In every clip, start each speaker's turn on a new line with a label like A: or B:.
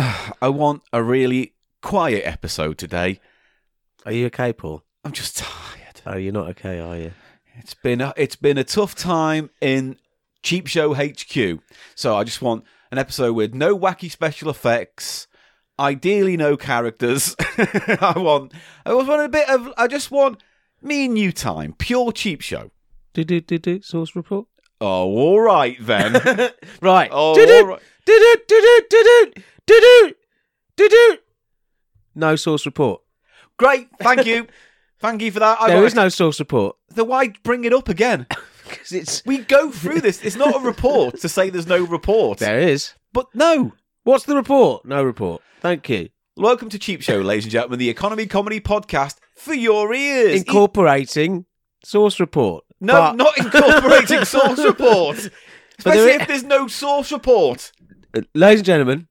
A: I want a really quiet episode today.
B: Are you okay, Paul?
A: I'm just tired.
B: Oh, you're not okay, are you?
A: It's been a, it's been a tough time in Cheap Show HQ. So I just want an episode with no wacky special effects, ideally no characters. I want I just want a bit of I just want me and you time, pure cheap show.
B: Do do do do source report.
A: Oh, all right then.
B: Right.
A: Oh,
B: do
A: all
B: do
A: right.
B: do do do do do do do. No source report.
A: Great, thank you. Thank you for that. I
B: There
A: got-
B: is no source report
A: Then why bring it up again?
B: because it's
A: We go through this. It's not a report to say there's no report.
B: there is.
A: But no.
B: What's the report? No report. Thank you.
A: Welcome to Cheap Show, ladies and gentlemen, the economy comedy podcast for your ears.
B: Incorporating source report.
A: e- no,
B: But-
A: not incorporating source report.
B: But
A: Especially
B: there i-
A: if there's no source report.
B: Uh, ladies and gentlemen,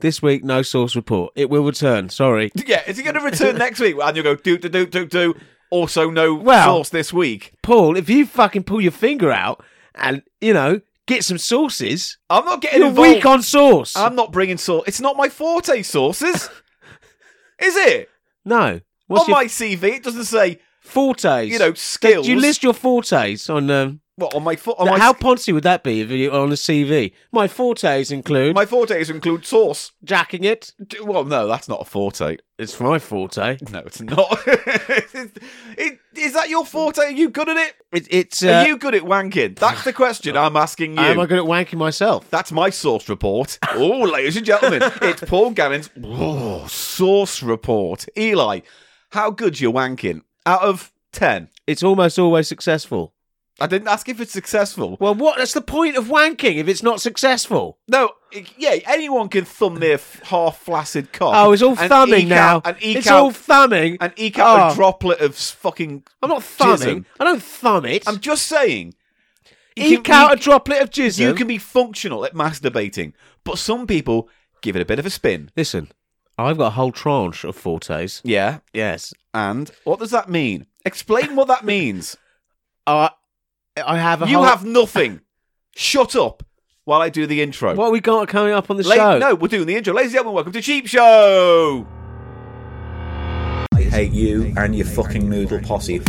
B: this week no source report. It will return. Sorry.
A: Yeah, is it going to return next week? And you'll go, do, do, do, do, do. Also, no
B: Well-
A: source this week.
B: Paul, if you fucking pull your finger out and you know get some sources,
A: I'm not getting
B: you're
A: involved.
B: weak on source.
A: I'm not bringing source. It's not my forte, sources. is it?
B: no, what's
A: on
B: your
A: my CV, it doesn't say,
B: fortes?
A: you know, skills.
B: Do you list your fortes on um,
A: What, on my foot? On my,
B: how poncy would that be if you on a CV? My fortes include
A: my fortes include source.
B: jacking it.
A: D- Well, no, that's not a forte.
B: It's my forte.
A: No, it's not. It- it- Is that your forte? Are you good at it?
B: It, it's
A: Are
B: uh,
A: you good at wanking? That's the question I'm asking you.
B: am I good at wanking myself?
A: That's my source report. Oh, ladies and gentlemen, it's Paul Gannon's Whoa, source report. Eli, how good's your wanking? Out of 10.
B: It's almost always successful.
A: I didn't ask if it's successful.
B: Well, what? That's the point of wanking if it's not successful.
A: No, i- yeah, anyone can thumb their f- half flaccid cock.
B: Oh, it's all
A: and
B: thumbing
A: eke out-
B: now.
A: And eke
B: it's
A: out,
B: all thumbing.
A: and eke out a
B: Oh.
A: droplet of s- fucking.
B: I'm not
A: jism.
B: thumbing. I don't thumb it.
A: I'm just saying. you
B: eke
A: can-
B: out a droplet of jism.
A: You can be functional at masturbating, but some people give it a bit of a spin.
B: Listen, I've got a whole tranche of fortes.
A: Yeah.
B: Yes.
A: And what does that mean? Explain what that means.
B: I I have a
A: you
B: whole...
A: have nothing. Shut up while I do the intro.
B: What we got coming up on the
A: La-
B: show?
A: No, we're doing the intro. Ladies and gentlemen, welcome to Cheap Show. I hate you and your fucking noodle posse.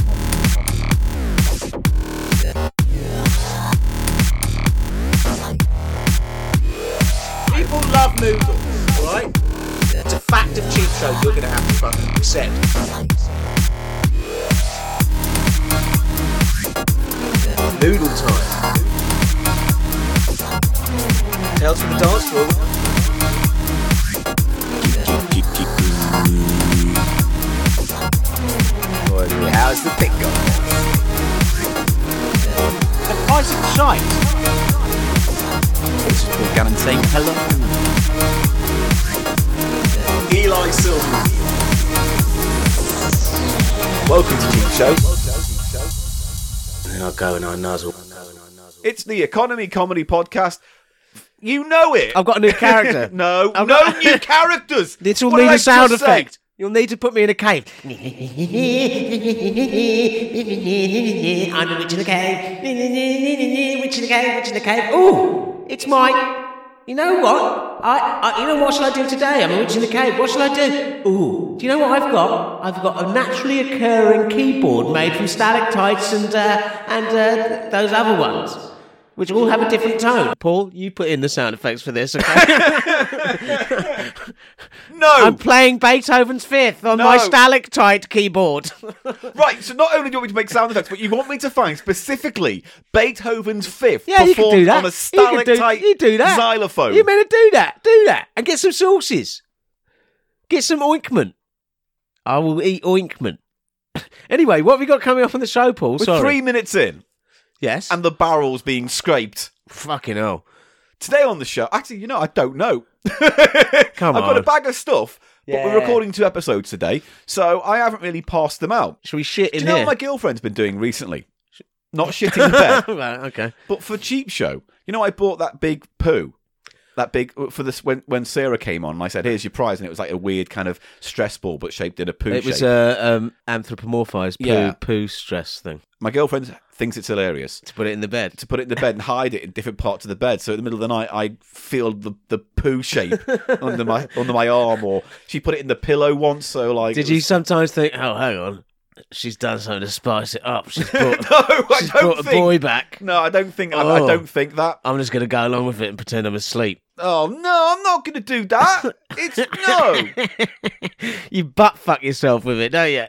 C: People love noodles, all right? It's a fact of cheap show you're going to have to fucking accept. Noodle time. Tales from the dance floor. Boy, How's the pick going? The price of shite.
A: This is Paul Gannon saying hello.
C: Eli Silver. Welcome to Cheap Show. And I go and I nuzzle.
A: It's the Economy Comedy Podcast. You know it.
B: I've got a new character.
A: no,
B: I've
A: no
B: got-
A: new characters.
B: This will
A: What did
B: need
A: I
B: a sound
A: just say?
B: effect. You'll need to put me in a cave.
D: I'm a witch in the cave. Witch in the cave, witch in the cave. Ooh, it's my. You know what? I, I, you know what shall I do today? I'm a witch in the cave. What shall I do? Ooh, do you know what I've got? I've got a naturally occurring keyboard made from stalactites and uh, and uh, those other ones, which all have a different tone.
B: Paul, you put in the sound effects for this. Okay? I'm
A: No.
B: playing Beethoven's Fifth on
A: No.
B: my stalactite keyboard.
A: Right, so not only do you want me to make sound effects, but you want me to find specifically Beethoven's Fifth
B: yeah, you can
A: performed
B: do that.
A: on a
B: you, can
A: stalactite
B: do, you do that.
A: xylophone.
B: You better do that. Do that and get some sauces. Get some ointment. I will eat ointment. anyway, what have we got coming up on the show, Paul?
A: We're
B: Sorry.
A: three minutes in,
B: yes.
A: and the barrel's being scraped.
B: fucking hell.
A: Today on the show, actually, you know, I don't know.
B: Come
A: I've got a
B: on.
A: bag of stuff, but
B: Yeah.
A: we're recording two episodes today, so I haven't really passed them out.
B: Shall we shit in
A: Do you know
B: here?
A: what my girlfriend's been doing recently? Not shitting the bed,
B: Right, okay.
A: but for cheap show. You know, I bought that big poo, that big uh, for this when when Sarah came on. and I said, "Here's your prize," and it was like a weird kind of stress ball, but shaped in a poo
B: It uh,
A: shape.
B: was uh, um, anthropomorphized poo,
A: Yeah.
B: poo stress thing.
A: my girlfriend's thinks it's hilarious
B: to put it in the bed.
A: to put it in the bed and hide it in different parts of the bed. So in the middle of the night, I feel the, the poo shape under my under my arm, or she put it in the pillow once. So like,
B: Did
A: it
B: you
A: was-
B: sometimes think, oh, hang on, she's done something to spice it up? She's brought,
A: No, I
B: she's brought
A: don't
B: a
A: think.
B: boy back.
A: No, I don't think. I, I
B: Oh.
A: don't think that.
B: I'm just going to go along with it and pretend I'm asleep.
A: Oh no, I'm not going to do that. It's no,
B: you butt fuck yourself with it, don't you?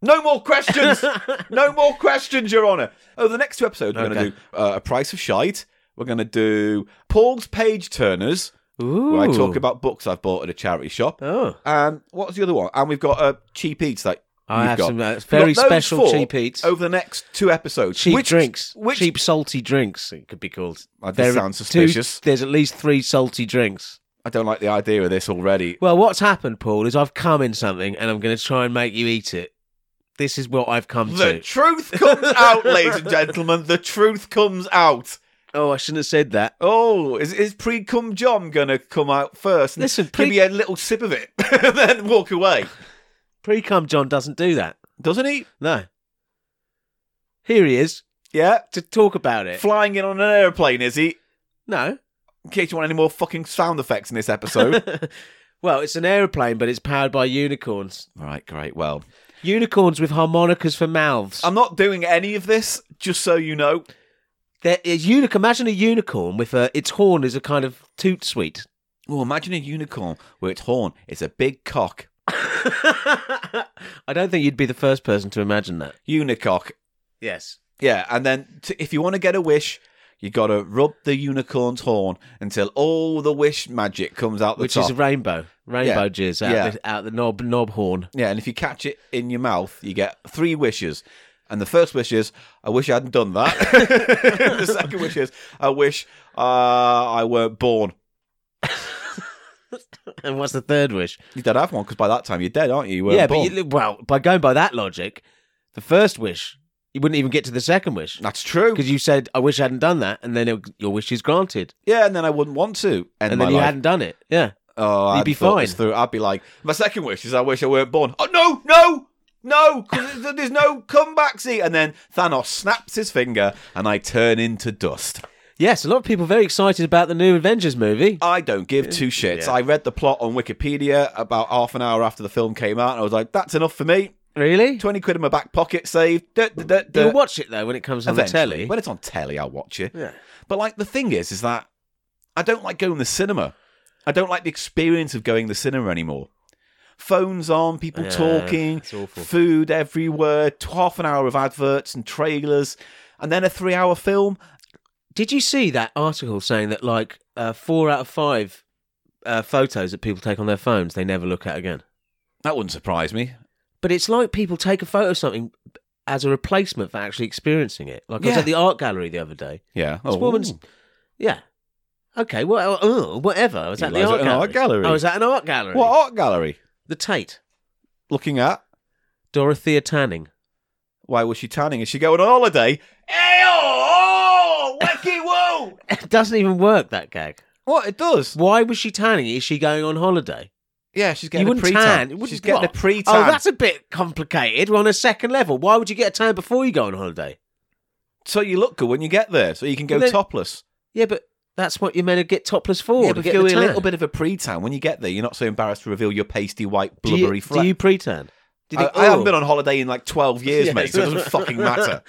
A: no more questions. No more questions, Your Honour. Oh, the next two episodes we're going
B: Okay.
A: to do uh, a price of shite. We're going to do Paul's page turners.
B: Ooh.
A: Where I talk about books I've bought at a charity shop.
B: Oh,
A: And what's the other one? And we've got uh, cheap eats like
B: I
A: you've
B: have
A: got.
B: some uh, very
A: We've got those
B: special
A: four
B: cheap eats.
A: over the next two episodes.
B: cheap
A: Which-
B: drinks.
A: Which
B: cheap salty drinks, it could be called.
A: That does
B: There are
A: sound
B: two-
A: suspicious.
B: there's at least three salty drinks.
A: I don't like the idea of this already.
B: Well, what's happened, Paul, is I've come in something and I'm going to try and make you eat it. This is what I've come
A: The
B: to.
A: truth comes out, ladies and gentlemen. The truth comes out.
B: Oh, I shouldn't have said that.
A: Oh, is, is pre cum John gonna come out first? And
B: Listen,
A: give me a little sip of it, and then walk away,
B: Pre cum John doesn't do that.
A: doesn't he?
B: No. Here he is
A: Yeah,
B: to talk about it.
A: flying in on an airplane, is he?
B: no.
A: In case you want any more fucking sound effects in this episode.
B: well, it's an aeroplane, but it's powered by unicorns.
A: right, great. Well,
B: Unicorns with harmonicas for mouths.
A: I'm not doing any of this, just so you know.
B: There is unic- Imagine a unicorn with a, its horn is a kind of toot sweet.
A: Well, imagine a unicorn where its horn is a big cock.
B: I don't think you'd be the first person to imagine that.
A: Unicock.
B: Yes.
A: Yeah, and then t- if you want to get a wish, you got to rub the unicorn's horn until all the wish magic comes out the
B: Which
A: top.
B: is a rainbow. Rainbow jizz out,
A: Yeah.
B: the, out the knob knob horn.
A: yeah, and if you catch it in your mouth, you get three wishes. And the first wish is, I wish I hadn't done that. the second wish is, I wish uh, I weren't born.
B: And what's the third wish?
A: You don't have one because by that time you're dead, aren't you? You weren't
B: yeah,
A: born.
B: but you, well, by going by that logic, the first wish, you wouldn't even get to the second wish.
A: That's true.
B: Because you said, I wish I hadn't done that. And then it, your wish is granted.
A: Yeah, and then I wouldn't want to. End
B: And
A: my
B: then you
A: life.
B: hadn't done it. Yeah.
A: Oh, I'd
B: You'd be
A: thought this
B: fine.
A: Through. I'd be like, my second wish is I wish I weren't born. Oh no, no, no! 'cause there's- there's no comeback. See, and then Thanos snaps his finger, and I turn into dust.
B: Yes, a lot of people very excited about the new Avengers movie.
A: I don't give two shits. I read the plot on Wikipedia about half an hour after the film came out, and I was like, that's enough for me.
B: Really?
A: Twenty quid in my back pocket saved. Duh, duh, duh, duh.
B: You'll watch it though when it comes on the
A: Eventually.
B: telly.
A: When it's on telly, I'll watch it.
B: Yeah.
A: But like the thing is, is that I don't like going to the cinema. I don't like the experience of going to the cinema anymore. Phones on, people
B: Yeah,
A: talking,
B: it's awful.
A: food everywhere, t- half an hour of adverts and trailers, and then a three-hour film.
B: Did you see that article saying that like uh, four out of five uh, photos that people take on their phones they never look at again?
A: That wouldn't surprise me.
B: But it's like people take a photo of something as a replacement for actually experiencing it. Like I was
A: Yeah.
B: at the art gallery the other day.
A: Yeah, Oh,
B: This woman's, yeah, okay, well, uh, whatever. I was
A: You
B: at the
A: guys
B: art
A: at an
B: gallery.
A: art gallery?
B: I was at an art gallery.
A: what art gallery?
B: The Tate,
A: Looking at
B: Dorothea Tanning.
A: why was she tanning? Is she going on holiday? Hey, oh, oh, wacky woo!
B: It doesn't even work that gag.
A: What it does?
B: Why was she tanning? Is she going on holiday?
A: Yeah, she's
B: you
A: getting a
B: wouldn't
A: pre-tan.
B: tan. You wouldn't-
A: She's getting
B: what?
A: a pre-tan.
B: Oh, that's a bit complicated. We're on a second level. Why would you get a tan before you go on holiday?
A: so you look good when you get there, so you can go
B: Well, then-
A: topless.
B: Yeah, but that's what you're meant to get topless for.
A: Yeah,
B: to
A: but
B: get
A: if you
B: the
A: do a
B: tan.
A: little bit of a pre-tan when you get there, you're not so embarrassed to reveal your pasty white
B: Do you-
A: blubbery
B: Do
A: fleck.
B: you pre-tan? Do you
A: I,
B: think,
A: I haven't
B: "Oh,
A: been on holiday in like 12 years,
B: Yeah.
A: mate, so it doesn't fucking matter.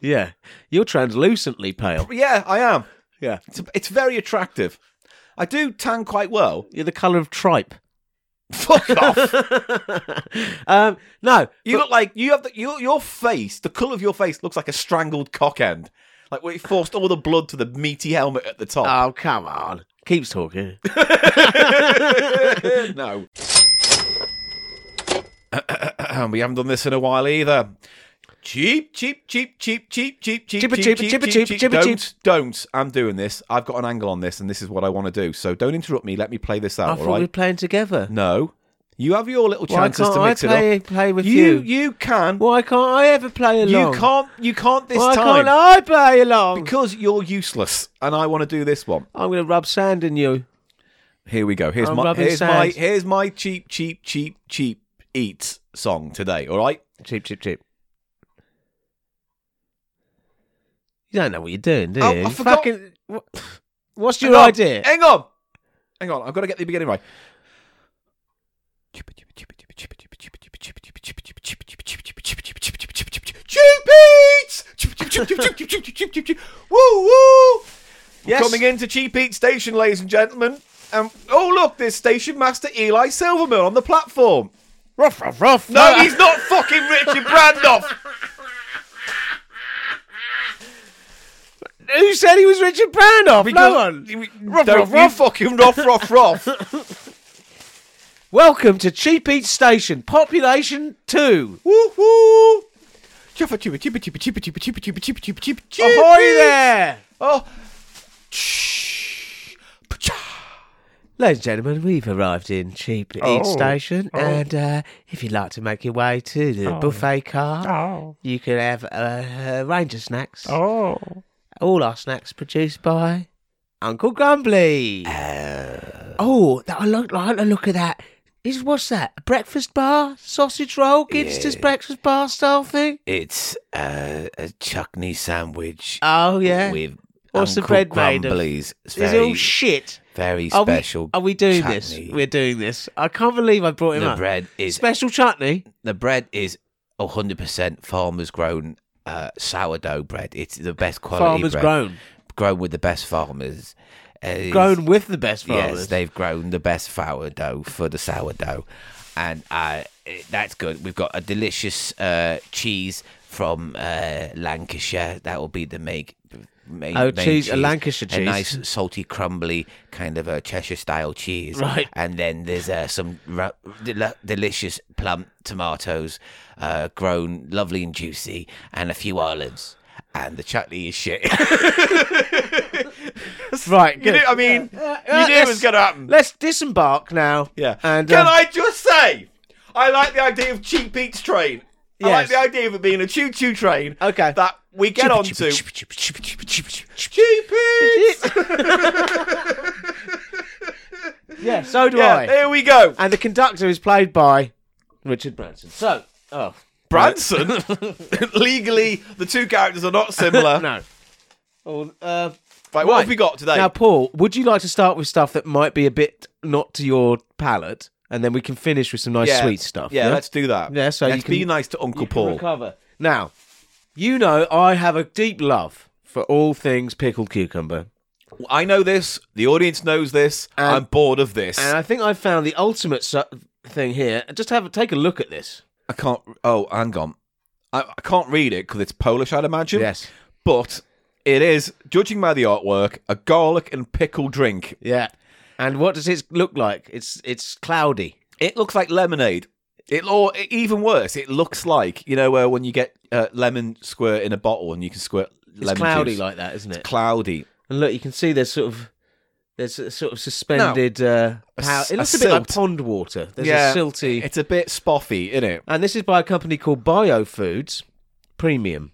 B: Yeah, you're translucently pale.
A: But yeah, I am.
B: Yeah,
A: It's, it's very attractive. I do tan quite well.
B: you're the colour of tripe.
A: Fuck off.
B: um, no,
A: You look like you have the, your your face. The color of your face looks like a strangled cock end, like where it forced all the blood to the meaty helmet at the top.
B: oh come on, keeps talking.
A: no. we haven't done this in a while either. Cheap, cheap, cheap, cheap, cheap, cheap, cheap,
B: Cheaper,
A: cheap,
B: cheaper, cheaper, cheap, cheaper, cheap.
A: Don't, don't. I'm doing this. I've got an angle on this, and this is what I want to do. So don't interrupt me. Let me play this
B: I
A: out.
B: thought
A: All
B: we were
A: right?
B: playing together.
A: No, you have your little
B: Why
A: chances
B: can't
A: to
B: I
A: mix
B: play
A: it up.
B: play with
A: You,
B: you?
A: you can.
B: Why can't I ever play along?
A: You can't. You can't this
B: Why
A: time
B: can't I play along?
A: because you're useless, and I want to do this one.
B: I'm going to rub sand in you.
A: Here we go. Here's
B: I'm
A: my
B: rubbing
A: here's my
B: sand.
A: here's my cheap, cheap, cheap, cheap eat song today. All right.
B: Cheap, cheap, cheap. You don't know what you're doing, do you?
A: Oh, I
B: You
A: forgot.
B: Fucking, what, what's your
A: Hang on,
B: idea?
A: Hang on. Hang on. I've got to get the beginning right. Cheap Eats! Woo woo!
B: Yes.
A: Coming into Cheap Eat Station, ladies and gentlemen. And oh look, there's Station Master Eli Silvermill on the platform.
B: Ruff, ruff, ruff.
A: No, he's not fucking Richard Brandoff.
B: Who said he was Richard Brandoff?
A: Because-
B: no one.
A: Ruff, Don't
B: ruff,
A: you
B: ruff.
A: fucking rough, rough, rough.
B: Welcome to Cheap Eats Station, population two.
A: Woo woo!
B: Ahoy
A: Ahoy
B: there!
A: Oh,
B: Ladies and gentlemen, we've arrived in Cheap Eats
A: Oh. Oh.
B: Station, and uh, if you'd like to make your way to the buffet car,
E: Oh,
B: you can have a, a range of snacks.
E: oh.
B: All our snacks produced by Uncle Grumbly. oh, that, I like, like the look of that. Is what's that? A breakfast bar, sausage roll, Ginster's breakfast bar style thing.
A: it's uh, a chutney sandwich
B: Oh yeah,
A: with
B: What's the
A: Uncle
B: bread made of?
A: Grumbly's. It's
B: It's
A: very,
B: all shit.
A: very
B: Are we,
A: special.
B: are we doing this?
A: chutney.
B: We're doing this. I can't believe I brought him
A: the
B: up.
A: bread is
B: Special chutney.
A: the bread is hundred percent farmers grown uh, sourdough bread. It's the best quality
B: Farmers
A: bread.
B: grown.
A: grown with the best farmers. Uh, it's-
B: Grown with the best farmers.
A: Yes, they've grown the best sourdough for the sourdough, and uh, it- that's good. We've got a delicious uh, cheese from uh, Lancashire. That will be the make. Main,
B: Oh,
A: main
B: cheese- a Lancashire
A: a
B: cheese.
A: nice salty, crumbly kind of a Cheshire-style cheese,
B: Right.
A: And then there's uh, some ru- del- delicious plump tomatoes, uh, grown lovely and juicy, and a few olives. And the chutney is shit.
B: right.
A: You
B: Good.
A: know, I mean,
B: Uh,
A: you knew it was
B: let's-
A: going to happen.
B: Let's disembark now.
A: Yeah.
B: And
A: can
B: uh,
A: I just say, I like the idea of cheap eats train. I like the
B: Yes.
A: idea of it being a choo-choo train.
B: Okay.
A: That we get
B: Chippa,
A: onto.
B: chippa,
A: Cheap eats.
B: Yeah. So do
A: Yeah,
B: I.
A: there we go.
B: And the conductor is played by Richard Branson. So, oh
A: Branson. Legally, the two characters are not similar.
B: no. Oh, uh,
A: Right, what
B: Right.
A: have we got today?
B: now, Paul, would you like to start with stuff that might be a bit not to your palate, and then we can finish with some nice sweet stuff?
A: Yeah, let's do that.
B: Yeah, so you
A: let's
B: can-
A: be nice to Uncle Paul.
B: recover. Now, you know I have a deep love for all things pickled cucumber,
A: I know this. The audience knows this.
B: And-
A: I'm bored of this.
B: and I think I found the ultimate su- thing here. Just have a, take a look at this.
A: I can't. Oh, hang on. I, I can't read it because it's Polish, I'd imagine.
B: Yes.
A: But it is, judging by the artwork, a garlic and pickle drink.
B: Yeah. And what does it look like? It's it's cloudy.
A: It looks like lemonade. It or even worse, it looks like you know uh, when you get uh, lemon squirt in a bottle and you can squirt
B: It's
A: lemon
B: cloudy
A: juice.
B: like that, isn't it?
A: cloudy.
B: And look, you can see there's sort of there's a sort of suspended uh, pow-
A: s-
B: It
A: a
B: looks a, bit like
A: silt.
B: pond water. There's
A: Yeah.
B: a silty,
A: It's a bit spoffy, isn't it?
B: and this is by a company called BioFoods Premium.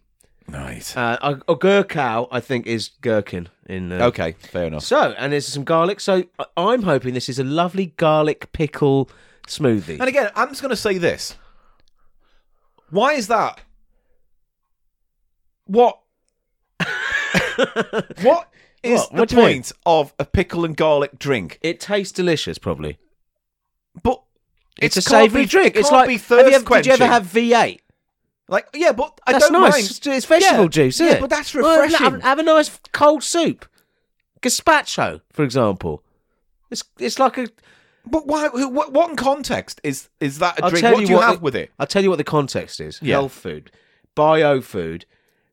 A: Right.
B: Uh, a, a gurkow, I think, is gherkin in. Uh,
A: okay, fair enough.
B: So, and there's some garlic. So, I- I'm hoping this is a lovely garlic pickle smoothie.
A: And again, I'm just going to say this. Why is that? What? what is the
B: What? What do you mean?
A: point of a pickle and garlic drink?
B: it tastes delicious, probably.
A: But
B: It's,
A: it
B: a
A: can't
B: savoury
A: be-
B: drink.
A: It
B: it's
A: can't
B: like
A: be
B: have you
A: thirst
B: ever, did you ever
A: quenching.
B: have V8?
A: Like, yeah, but I
B: That's
A: don't
B: nice.
A: mind.
B: It's, it's vegetable
A: Yeah.
B: juice, isn't
A: Yeah,
B: it?
A: but that's
B: Well,
A: refreshing.
B: have, have a nice cold soup, gazpacho, for example. It's it's like a.
A: But why? wh- What, what in context is is that a
B: I'll
A: drink?
B: tell
A: What
B: you
A: do you
B: what
A: have
B: the-
A: with it?
B: I'll tell you what the context is:
A: Yeah.
B: health food, bio food,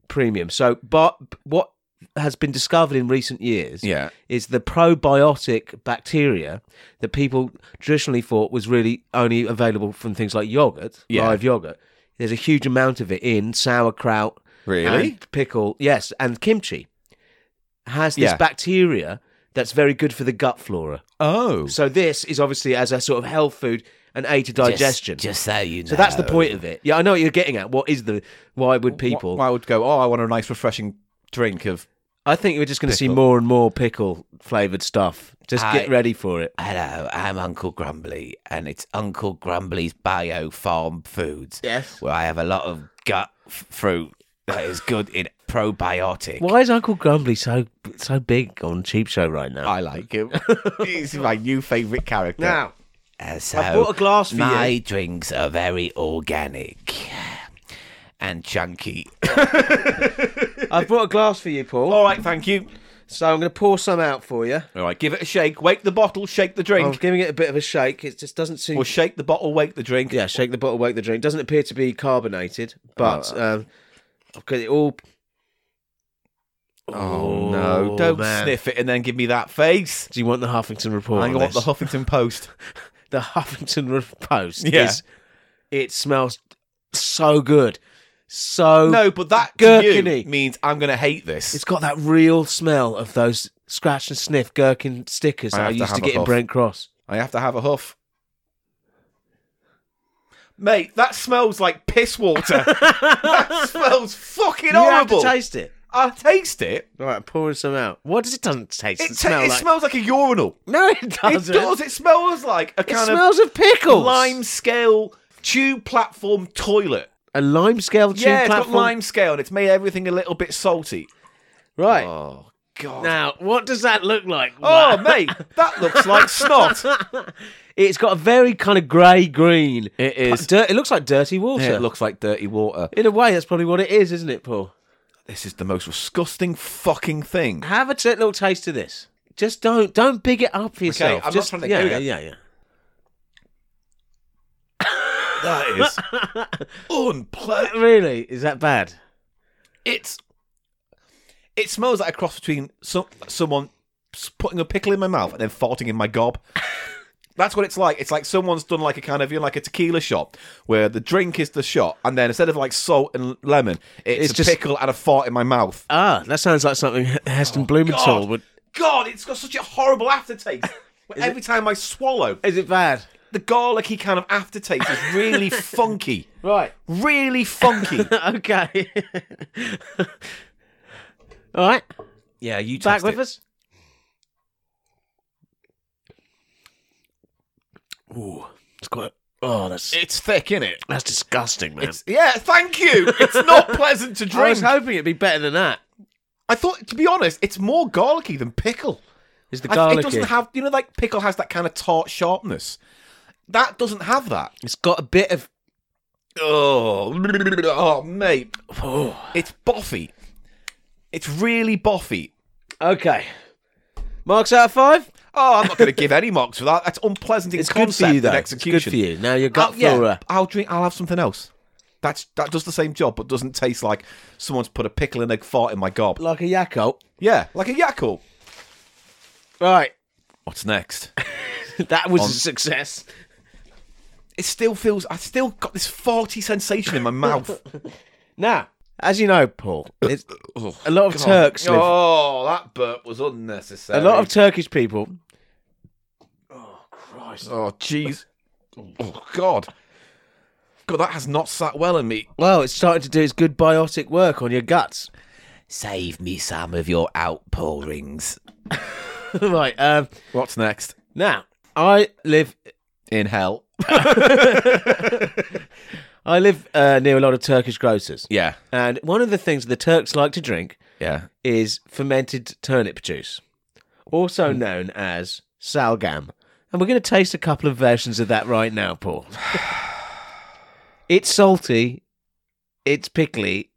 B: premium. So, but what has been discovered in recent years
A: Yeah.
B: is the probiotic bacteria that people traditionally thought was really only available from things like yogurt,
A: Yeah.
B: live yogurt. There's a huge amount of it in sauerkraut,
A: Really?
B: and pickle, yes, and kimchi. Has this
A: Yeah.
B: bacteria that's very good for the gut flora.
A: Oh,
B: So this is obviously as a sort of health food, an aid to digestion.
A: Just, so you know.
B: so that's the point of it. Yeah, I know what you're getting at. What is the why would people?
A: I would go. Oh, I want a nice, refreshing drink of.
B: I think we're just going to see more and more pickle flavored stuff. Just get
A: I-
B: ready for it.
A: Hello, I'm Uncle Grumbly, and it's Uncle Grumbly's Bio Farm Foods.
B: Yes.
A: where I have a lot of gut f- fruit that is good in probiotic.
B: Why is Uncle Grumbly so so big on Cheap Show right now?
A: I like him. He's my new favourite character.
C: Now,
A: Uh, so
C: I've bought a glass for
A: my
C: you.
A: drinks are very organic and chunky.
C: I've brought a glass for you, Paul.
B: Oh.
A: All right, thank you.
C: So I'm going to pour some out for you.
A: All right, give it a shake. Wake the bottle, shake the
C: I'm
A: drink.
C: giving it a bit of a shake. It just doesn't seem.
A: Or shake the bottle, wake the drink.
C: yeah, shake the bottle, wake the drink. Doesn't appear to be carbonated, but um, okay, it all.
A: Oh, no, don't
B: man.
A: sniff it and then give me that face.
B: Do you want the Huffington report?
A: I'm
B: on
A: going to want the
B: this?
A: Huffington Post.
B: the Huffington Re- Post
A: Yeah.
B: is it smells so good, so
A: No, but that to you
B: gherkiny.
A: means I'm going to hate this.
B: Oh, It's got that real smell of those scratch and sniff gherkin stickers
A: I
B: that I
A: have to
B: used to,
A: have a
B: get in
A: huff.
B: Brent Cross.
A: I have to have a huff. Mate, that smells like piss water. that smells fucking
B: You have to
A: horrible.
B: taste it.
A: I taste it.
B: All right, I'm pouring some out. What does it doesn't taste?
A: It,
B: It,
A: ta-
B: smell
A: it
B: like?
A: smells like a urinal.
B: no, it
A: It
B: doesn't.
A: does. It smells like a
B: It
A: kind
B: smells of
A: of
B: pickles.
A: lime scale tube platform toilet.
B: a lime scale tube
A: yeah, it's
B: platform.
A: got lime scale and it's made everything a little bit salty.
B: Right
A: Oh god.
B: now, what does that look like?
A: Oh mate, that looks like snot.
B: it's got a very kind of grey green.
A: It is.
B: Dirt, it looks like dirty water.
A: it looks like dirty water.
B: In a way, that's probably what it is, isn't it, Paul?
A: This is the most disgusting fucking thing.
B: Have a t- little taste of this. Just don't don't big it up for yourself.
A: I'm not
B: Just,
A: trying to
B: yeah,
A: do
B: yeah,
A: that.
B: yeah, yeah.
A: That is unpleasant.
B: Really, is that bad?
A: It's it smells like a cross between some someone s- putting a pickle in my mouth and then farting in my gob. That's what it's like. It's like someone's done like a kind of you know, like a tequila shot where the drink is the shot, and then instead of like salt and lemon, it's,
B: It's
A: a
B: just-
A: pickle and a fart in my mouth.
B: Ah, that sounds like something Heston Blumenthal
A: Oh, God.
B: would.
A: God, it's got such a horrible aftertaste. Every time I swallow,
B: Is it bad?
A: the garlicky kind of aftertaste is really funky,
B: Right.
A: really funky.
B: okay. All right.
A: yeah, you
B: Back
A: test
B: with
A: it.
B: us. Ooh, it's quite. Oh, that's
A: It's thick, is it?
B: that's disgusting, man.
A: It's, yeah, thank you. It's not pleasant to
B: I
A: drink.
B: was hoping it'd be better than that.
A: I thought, to be honest, it's more garlicky than pickle.
B: Is the
A: I-
B: garlic?
A: It doesn't have, you know, like pickle has that kind of tart sharpness. That doesn't have that.
B: it's got a bit of.
A: Oh, oh mate,
B: Oh.
A: it's boffy. It's really boffy.
B: Okay. Marks out of five.
A: Oh, I'm not going to give any marks for that. That's unpleasant in
B: It's good
A: concept
B: for you though.
A: and
B: It's
A: execution.
B: good for you. Now your gut
A: I'll, yeah,
B: flora.
A: I'll drink. I'll have something else. That's that does the same job, but doesn't taste like someone's put a pickle and a fart in my gob.
B: Like a Yakult.
A: Yeah, like a Yakult.
B: Right.
A: What's next?
B: that was a success.
A: it still feels I still got this farty sensation in my mouth.
B: Now, as you know, Paul, it's,
A: Oh,
B: a lot of
A: God.
B: Turks live.
A: Oh, that burp was unnecessary.
B: a lot of Turkish people.
A: oh, jeez. Oh, God. God, that has not sat well in me.
B: Well, it's starting to do its good biotic work on your guts.
A: Save me some of your outpourings.
B: right. Um,
A: What's next?
B: now, I live.
A: In hell.
B: I live uh, near a lot of Turkish grocers,
A: Yeah,
B: and one of the things the Turks like to drink
A: yeah.
B: is fermented turnip juice, also known as salgam. And we're going to taste a couple of versions of that right now, Paul. it's salty, it's pickly,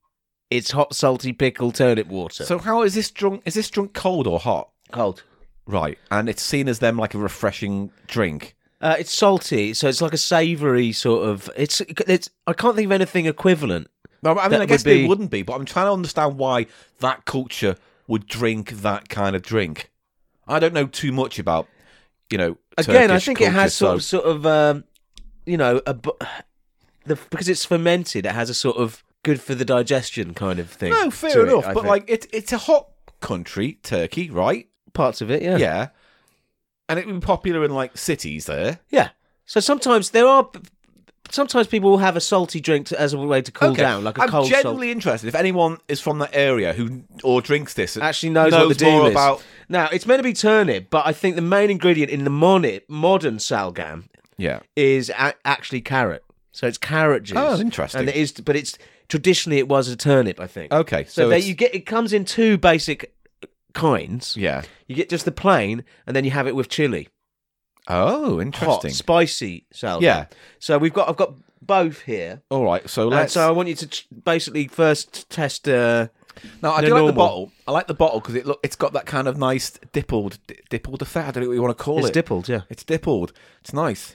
B: it's hot, salty pickle turnip water.
A: So how is this drunk? Is this drunk cold or hot?
B: cold.
A: Right, and it's seen as them like a refreshing drink.
B: Uh, it's salty, so it's like a savoury sort of. It's, it's. I can't think of anything equivalent.
A: No, I mean,
B: That
A: I
B: would
A: guess they
B: be-
A: wouldn't be, but I'm trying to understand why that culture would drink that kind of drink. I don't know too much about, you know.
B: Again, I
A: Turkish
B: think it
A: culture,
B: has sort
A: so-
B: of, sort of, um, you know, a, bu- the because it's fermented, it has a sort of good for the digestion kind of thing.
A: No,
B: to
A: fair
B: it,
A: enough,
B: I
A: but
B: think.
A: like it, it's a hot country, Turkey, right?
B: parts of it, yeah,
A: Yeah, and it would be popular in like cities there.
B: Yeah. So sometimes there are, sometimes people will have a salty drink to, as a way to cool down, like a
A: I'm
B: cold.
A: genuinely interested if anyone is from that area who or drinks this
B: salt. Actually knows, what the deal
A: more
B: is.
A: about.
B: Now it's meant to be turnip, but I think the main ingredient in the moni- modern salgam
A: Yeah,
B: is a- actually carrot. So it's carrot juice.
A: Oh, interesting.
B: And it is, but it's Traditionally, it was a turnip, I think.
A: Okay,
B: so,
A: so
B: there
A: it's-
B: you get it comes in two basic kinds.
A: Yeah.
B: You get just the plain, and then you have it with chili,
A: Oh,
B: hot,
A: interesting.
B: spicy salad.
A: Yeah.
B: So we've got I've got both here.
A: All right, so
B: And
A: let's.
B: so I want you to t- basically first test. Uh,
A: No, I
B: They're
A: do like the
B: normal.
A: bottle. I like the bottle because it look it's got that kind of nice dippled di- dippled effect. I don't know what you want to call
B: it's
A: it.
B: dippled, yeah.
A: It's dippled. It's nice.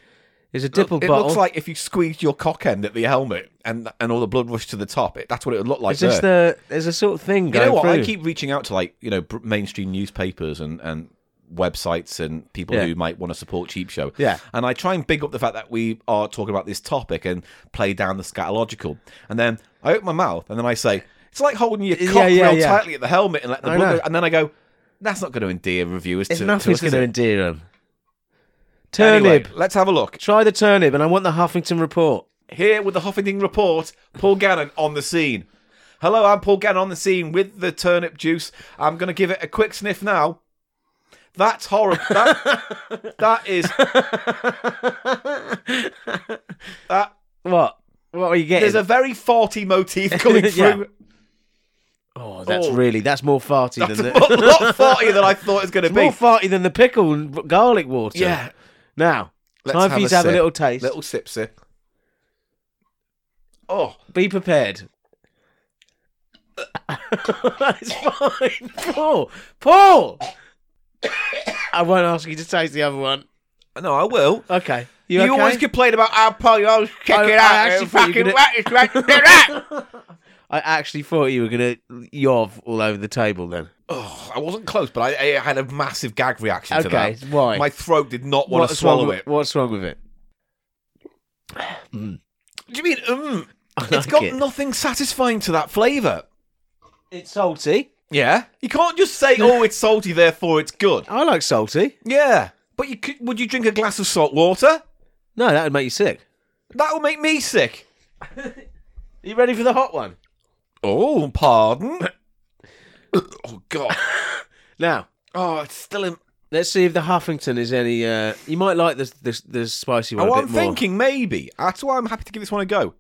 B: It's a dippled
A: it
B: bottle.
A: looks like if you squeezed your cock end at the helmet and and all the blood rushed to the top. It, that's what it would look like.
B: It's just
A: there.
B: the there's a sort of thing
A: you
B: going
A: know what? I
B: through.
A: keep reaching out to like you know br- mainstream newspapers and and websites and people
B: Yeah.
A: who might want to support Cheap Show.
B: Yeah.
A: and I try and big up the fact that we are talking about this topic and play down the scatological. And then I open my mouth and then I say it's like holding your
B: Yeah,
A: cock
B: yeah,
A: real
B: yeah.
A: tightly at the helmet and let the
B: I
A: blood.
B: know.
A: go- And then I go. That's not going to endear reviewers
B: It's
A: to
B: nothing's
A: to us, is
B: going to
A: it?"
B: endear them. Turnip.
A: Anyway, let's have a look.
B: Try the turnip, and I want the Huffington report.
A: Here with the Huffington Report, Paul Gannon on the scene. Hello, I'm Paul Gannon on the scene with the turnip juice. I'm going to give it a quick sniff now. That's horrible. That, that is. That,
B: What? What are you getting?
A: there's a very farty motif coming
B: Yeah.
A: through.
B: oh, that's
A: oh.
B: really that's more farty than
A: That's
B: the
A: a lot, lot fartier than I thought it was going to
B: it's more
A: be.
B: farty than the pickle and garlic water.
A: Yeah.
B: Now, time for you to have a
A: sip.
B: little taste.
A: Little sip sip. Oh,
B: Be prepared. it's fine, Paul. Paul. I won't ask you to taste the other one.
A: no, I will.
B: Okay.
A: You,
B: You, okay?
A: always complain about our Paul. You always kick
B: I-
A: it
B: I
A: out.
B: actually
A: It's
B: thought
A: fucking
B: you were
A: right. It's right. It's right.
B: I actually thought you were gonna yov all over the table then.
A: Oh, I wasn't close, but I, I had a massive gag reaction to
B: Okay,
A: that.
B: why?
A: My throat did not want to swallow
B: wrong
A: it.
B: With, what's wrong with it?
A: Do you mean, mm?
B: I
A: It's
B: like
A: got
B: it.
A: nothing satisfying to that flavour.
B: It's salty.
A: Yeah? You can't just say, oh, it's salty, therefore it's good.
B: I like salty.
A: Yeah. But you could, would you drink a glass of salt water?
B: No, that would make you sick.
A: That would make me sick.
B: Are you ready for the hot one?
A: Oh, pardon. oh, God.
B: Now,
A: Oh, it's still in.
B: let's see if the Huffington is any. Uh, you might like the the, the spicy one
A: Oh,
B: a bit
A: I'm
B: more.
A: thinking maybe. That's why I'm happy to give this one a go.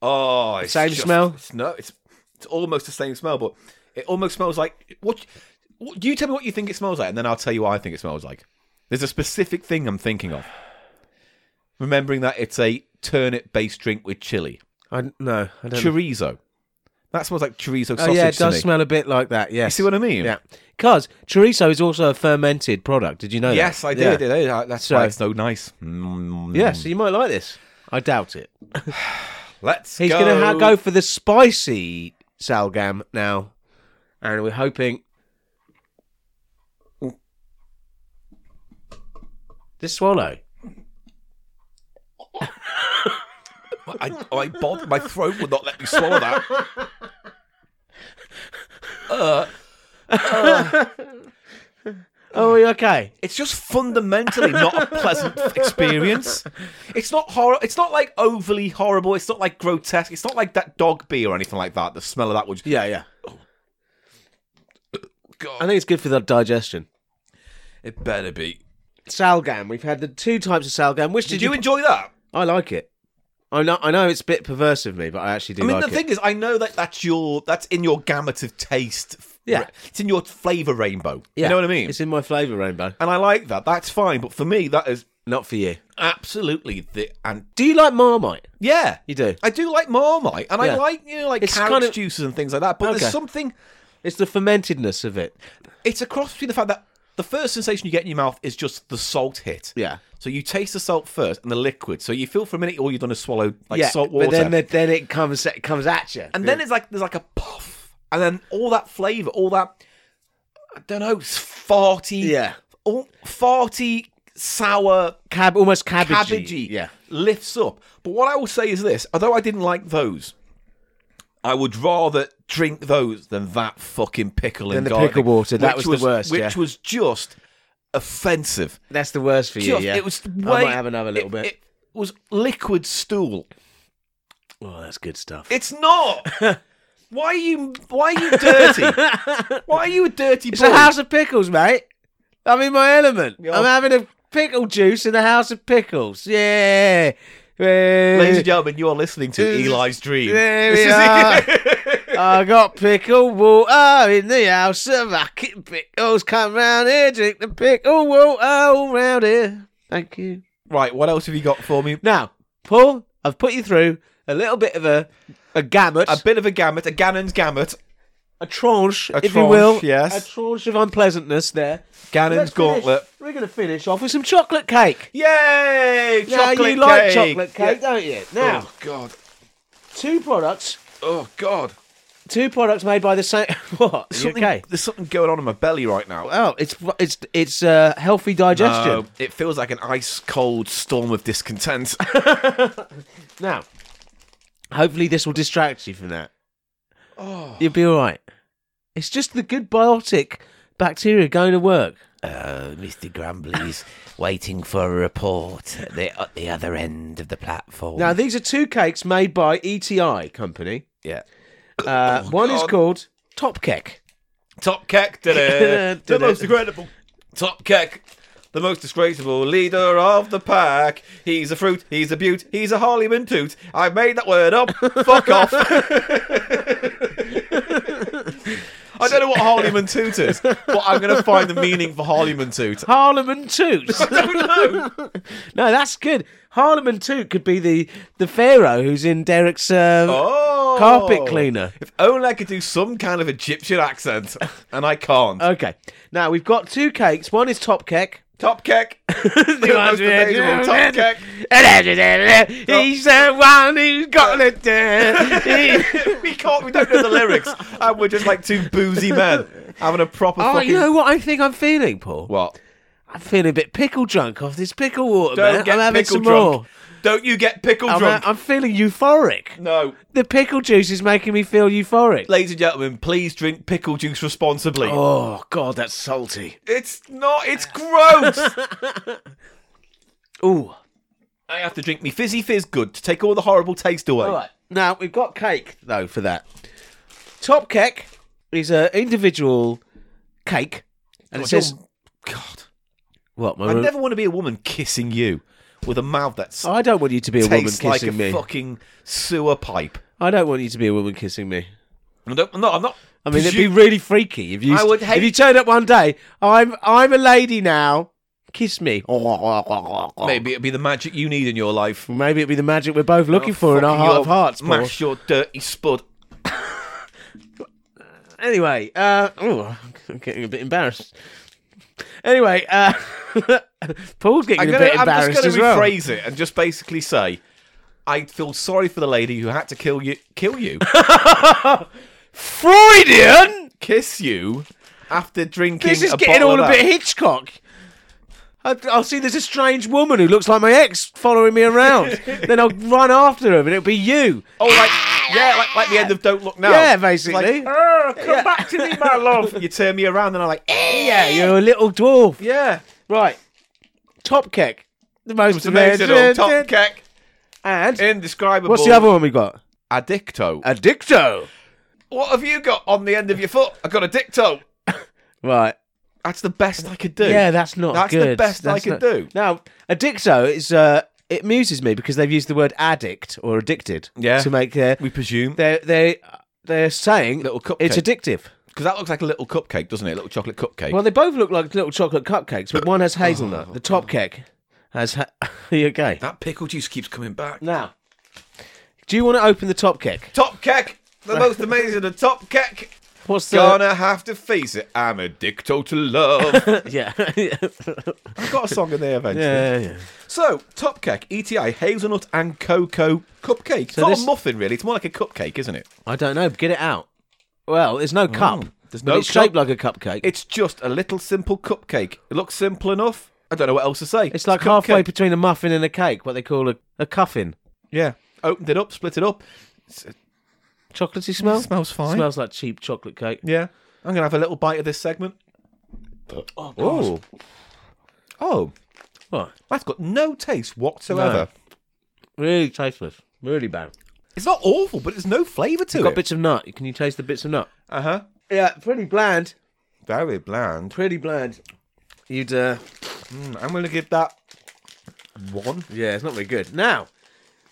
A: Oh, it's
B: Same
A: just-
B: smell?
A: It's, no, it's it's almost the same smell, but it almost smells like what, what? You tell me what you think it smells like, and then I'll tell you what I think it smells like. There's a specific thing I'm thinking of. Remembering that it's a turnip-based drink with chili,
B: I, no, I don't.
A: chorizo. That smells like chorizo sausage
B: oh yeah, it
A: to
B: does
A: me.
B: smell a bit like that. Yes.
A: See what I mean?
B: Yeah, because chorizo is also a fermented product. Did you know?
A: Yes,
B: that?
A: I
B: Yeah.
A: did. I did. I- That's
B: So-
A: why it's so nice. Mm.
B: Yeah, so you might like this. I doubt it.
A: Let's
B: He's
A: go.
B: going to ha- go for the spicy salgam now, and we're hoping. Just swallow.
A: I, I bothered, my throat would not let me swallow that.
B: Oh, are you okay?
A: It's just fundamentally not a pleasant experience. It's not horror. It's not like overly horrible. It's not like grotesque. It's not like that dog bee or anything like that. The smell of that would.
B: Yeah, yeah.
A: God,
B: I think it's good for the digestion.
A: it better be.
B: Salgam. We've had the two types of salgam. Which
A: Did you enjoy that?
B: I like it. I know. I know it's a bit perverse of me, but I actually do
A: I mean,
B: like
A: the
B: it.
A: thing is, I know that that's your that's in your gamut of taste.
B: Yeah.
A: it's in your flavor rainbow.
B: Yeah.
A: You know what I mean?
B: It's in my flavour rainbow.
A: and I like that. That's fine. But for me, that is
B: Not for you.
A: absolutely the and
B: Do you like Marmite?
A: yeah.
B: You do.
A: I do like Marmite, and
B: Yeah.
A: I like you know like
B: It's
A: carrot
B: kind of-
A: juices and things like that. But
B: Okay.
A: there's something.
B: It's the fermentedness of it.
A: it's a cross between the fact that the first sensation you get in your mouth is just the salt hit.
B: Yeah.
A: So you taste the salt first and the liquid. So you feel for a minute all you've done is swallow like
B: yeah,
A: salt water.
B: but then the, then it comes it comes at you,
A: and then it's like there's like a puff. And then all that flavour, all that I don't know, it's farty
B: Yeah.
A: all farty, sour
B: Cab, almost cabbagey.
A: cabbagey
B: Yeah.
A: lifts up. But what I will say is this: although I didn't like those, I would rather drink those than that fucking pickle
B: Than
A: and
B: the
A: garlic,
B: pickle water, that
A: which
B: was the worst,
A: Which
B: yeah.
A: was just offensive.
B: That's the worst for you,
A: Just-
B: yeah.
A: It was
B: I
A: way.
B: might have another little
A: it-
B: bit.
A: It was liquid stool.
B: oh, that's good stuff.
A: It's not. why are you? Why are you dirty? why are you a dirty
B: it's
A: boy?
B: a house of pickles, mate. I'm in my element.
A: Yeah.
B: I'm having a pickle juice in a house of pickles. Yeah.
A: Ladies and gentlemen, you are listening to Eli's Dream.
B: There
A: This
B: we
A: is-
B: are. I got pickle water in the house, so I can pickles come round here, drink the pickle water all round here. Thank you.
A: right, what else have you got for me?
B: Now, Paul, I've put you through a little bit of a a gamut,
A: A
B: a,
A: bit of a gamut, a Gannon's gamut.
B: tranche, if you
A: tranche,
B: will,
A: yes.
B: a tranche of unpleasantness there.
A: Gannon's
B: Let's finish-
A: gauntlet.
B: We're going to finish off with some chocolate cake.
A: Yay! Chocolate
B: now, you
A: cake.
B: like chocolate cake,
A: Yeah.
B: don't you? Now,
A: Oh god.
B: two products,
A: Oh god.
B: two products made by the same. What?
A: Something-
B: okay.
A: There's something going on in my belly right now.
B: Oh, it's it's it's uh, healthy digestion.
A: No, it feels like an ice cold storm of discontent.
B: Now, hopefully this will distract you from that.
A: Oh.
B: You'll be all right. It's just the good biotic bacteria going to work.
D: Oh, Mr. Grumbly's waiting for a report at the, at the other end of the platform.
A: Oh.
B: Now, these are two cakes made by ETI company.
A: yeah. Oh,
B: Uh, one is called Top Cake.
A: Top Keck, the most incredible. Top Keck, the most disgraceful leader of the pack. He's a fruit, he's a beaut, he's a Harleyman toot. I made that word up. Fuck off. I don't know what Harleyman toot is, but I'm going to find the meaning for Harleyman toot.
B: Harlem and Toot.
A: no.
B: no, that's good. Harlem and Toot could be the, the pharaoh who's in Derek's uh,
A: Oh.
B: carpet cleaner.
A: If only I could do some kind of Egyptian accent, and I can't.
B: Okay. Now, we've got two cakes. One is Top Cake.
A: Top Keck, the most amazing Top Keck.
B: He's the one who's got it there.
A: we can't. We don't know the lyrics, and we're just like two boozy men having a proper
B: Oh,
A: fucking.
B: you know what I think I'm feeling, Paul?
A: What?
B: I'm feeling a bit pickle drunk off this pickle water,
A: Don't
B: man.
A: get
B: I'm having
A: pickle
B: some
A: drunk.
B: more.
A: Don't you get pickle
B: I'm,
A: drunk?
B: I'm feeling euphoric.
A: no,
B: The pickle juice is making me feel euphoric.
A: ladies and gentlemen, please drink pickle juice responsibly.
B: oh, God, that's salty.
A: It's not. It's gross.
B: Ooh.
A: I have to drink me fizzy fizz good to take all the horrible taste away.
B: All right. Now, we've got cake, though, for that. Top cake is an individual cake. And it
A: It's all-
B: says,
A: God,
B: what, my
A: I
B: room-
A: never want to be a woman kissing you with a mouth that's
B: I don't want you to be a woman
A: tastes
B: kissing
A: like a
B: me.
A: fucking sewer pipe.
B: I don't want you to be a woman kissing me.
A: I don't, no, I'm not.
B: I mean, it'd
A: presu-
B: be really freaky if you
A: I would hate-
B: if you turned up one day. I'm I'm a lady now. Kiss me.
A: maybe it'd be the magic you need in your life.
B: Maybe it'd be the magic we're both looking for in our
A: Fucking
B: heart
A: your-
B: of hearts. Paul.
A: Mash your dirty spud.
B: Anyway, uh, oh, I'm getting a bit embarrassed. Anyway, uh, Paul's getting
A: I'm,
B: a
A: gonna,
B: bit
A: I'm just
B: embarrassed
A: going
B: as
A: to
B: well.
A: rephrase it and just basically say, I feel sorry for the lady who had to kill you, kill you,
B: Freudian.
A: kiss you after drinking.
B: This is
A: a
B: getting
A: bottle
B: all
A: of that.
B: a bit Hitchcock. I, I'll see there's a strange woman who looks like my ex following me around. then I'll run after her, and it'll be you.
A: Oh, like yeah, like, like the end of Don't Look Now.
B: Yeah,
A: It's like,
B: basically.
A: "Oh, come back to me, my love. You turn me around and I'm like, eh,
B: Yeah, you're a little dwarf.
A: yeah,
B: Right. Top cake. The most
A: amazing,
B: amazing.
A: top keck,
B: And
A: indescribable.
B: what's the other one we got?
A: Addicto.
B: Addicto.
A: what have you got on the end of your foot? I got a dicto.
B: Right.
A: That's the best I could do.
B: Yeah, that's not
A: That's the
B: good.
A: best I could do.
B: Now, addicto is uh it amuses me because they've used the word addict or addicted
A: Yeah.
B: to make their
A: we presume because
B: they they they're saying
A: Little cupcake.
B: it's addictive.
A: that looks like a little cupcake, doesn't it? A little chocolate cupcake.
B: Well, they both look like little chocolate cupcakes, but one has
A: Oh.
B: hazelnut. the top cake has ha- Are you okay?
A: That pickle juice keeps coming back.
B: Now, do you want to open the top cake?
A: Top Keck, the most amazing of Top Keck.
B: What's the
A: Gonna have to face it, I'm addicted to love.
B: uh, yeah.
A: I've got a song in there eventually.
B: yeah, yeah.
A: So, Top Keck, ETI, hazelnut and cocoa cupcake. it's not
B: this-
A: a muffin, really. It's more like a cupcake, isn't it?
B: I don't know. Get it out. Well, there's no cup.
A: Oh. There's
B: but
A: no
B: it's shaped
A: cup.
B: like a cupcake.
A: It's just a little simple cupcake. It looks simple enough. I don't know what else to say.
B: it's like
A: a
B: halfway
A: cupcake.
B: between a muffin and a cake, what they call a, a cuffin.
A: Yeah. Opened it up, split it up.
B: Chocolatey smell?
A: Smells fine.
B: Smells like cheap chocolate cake.
A: Yeah. I'm going to have a little bite of this segment. Oh, Oh.
B: What?
A: That's got no taste whatsoever.
B: Really tasteless. Really bad.
A: It's not awful, but there's no flavour to
B: Got
A: it.
B: bits of nut. Can you taste the bits of nut?
A: Uh huh.
B: Yeah, pretty bland.
A: Very bland.
B: Pretty bland. You'd, uh,
A: I'm going to give that one.
B: yeah, it's not very good. Now,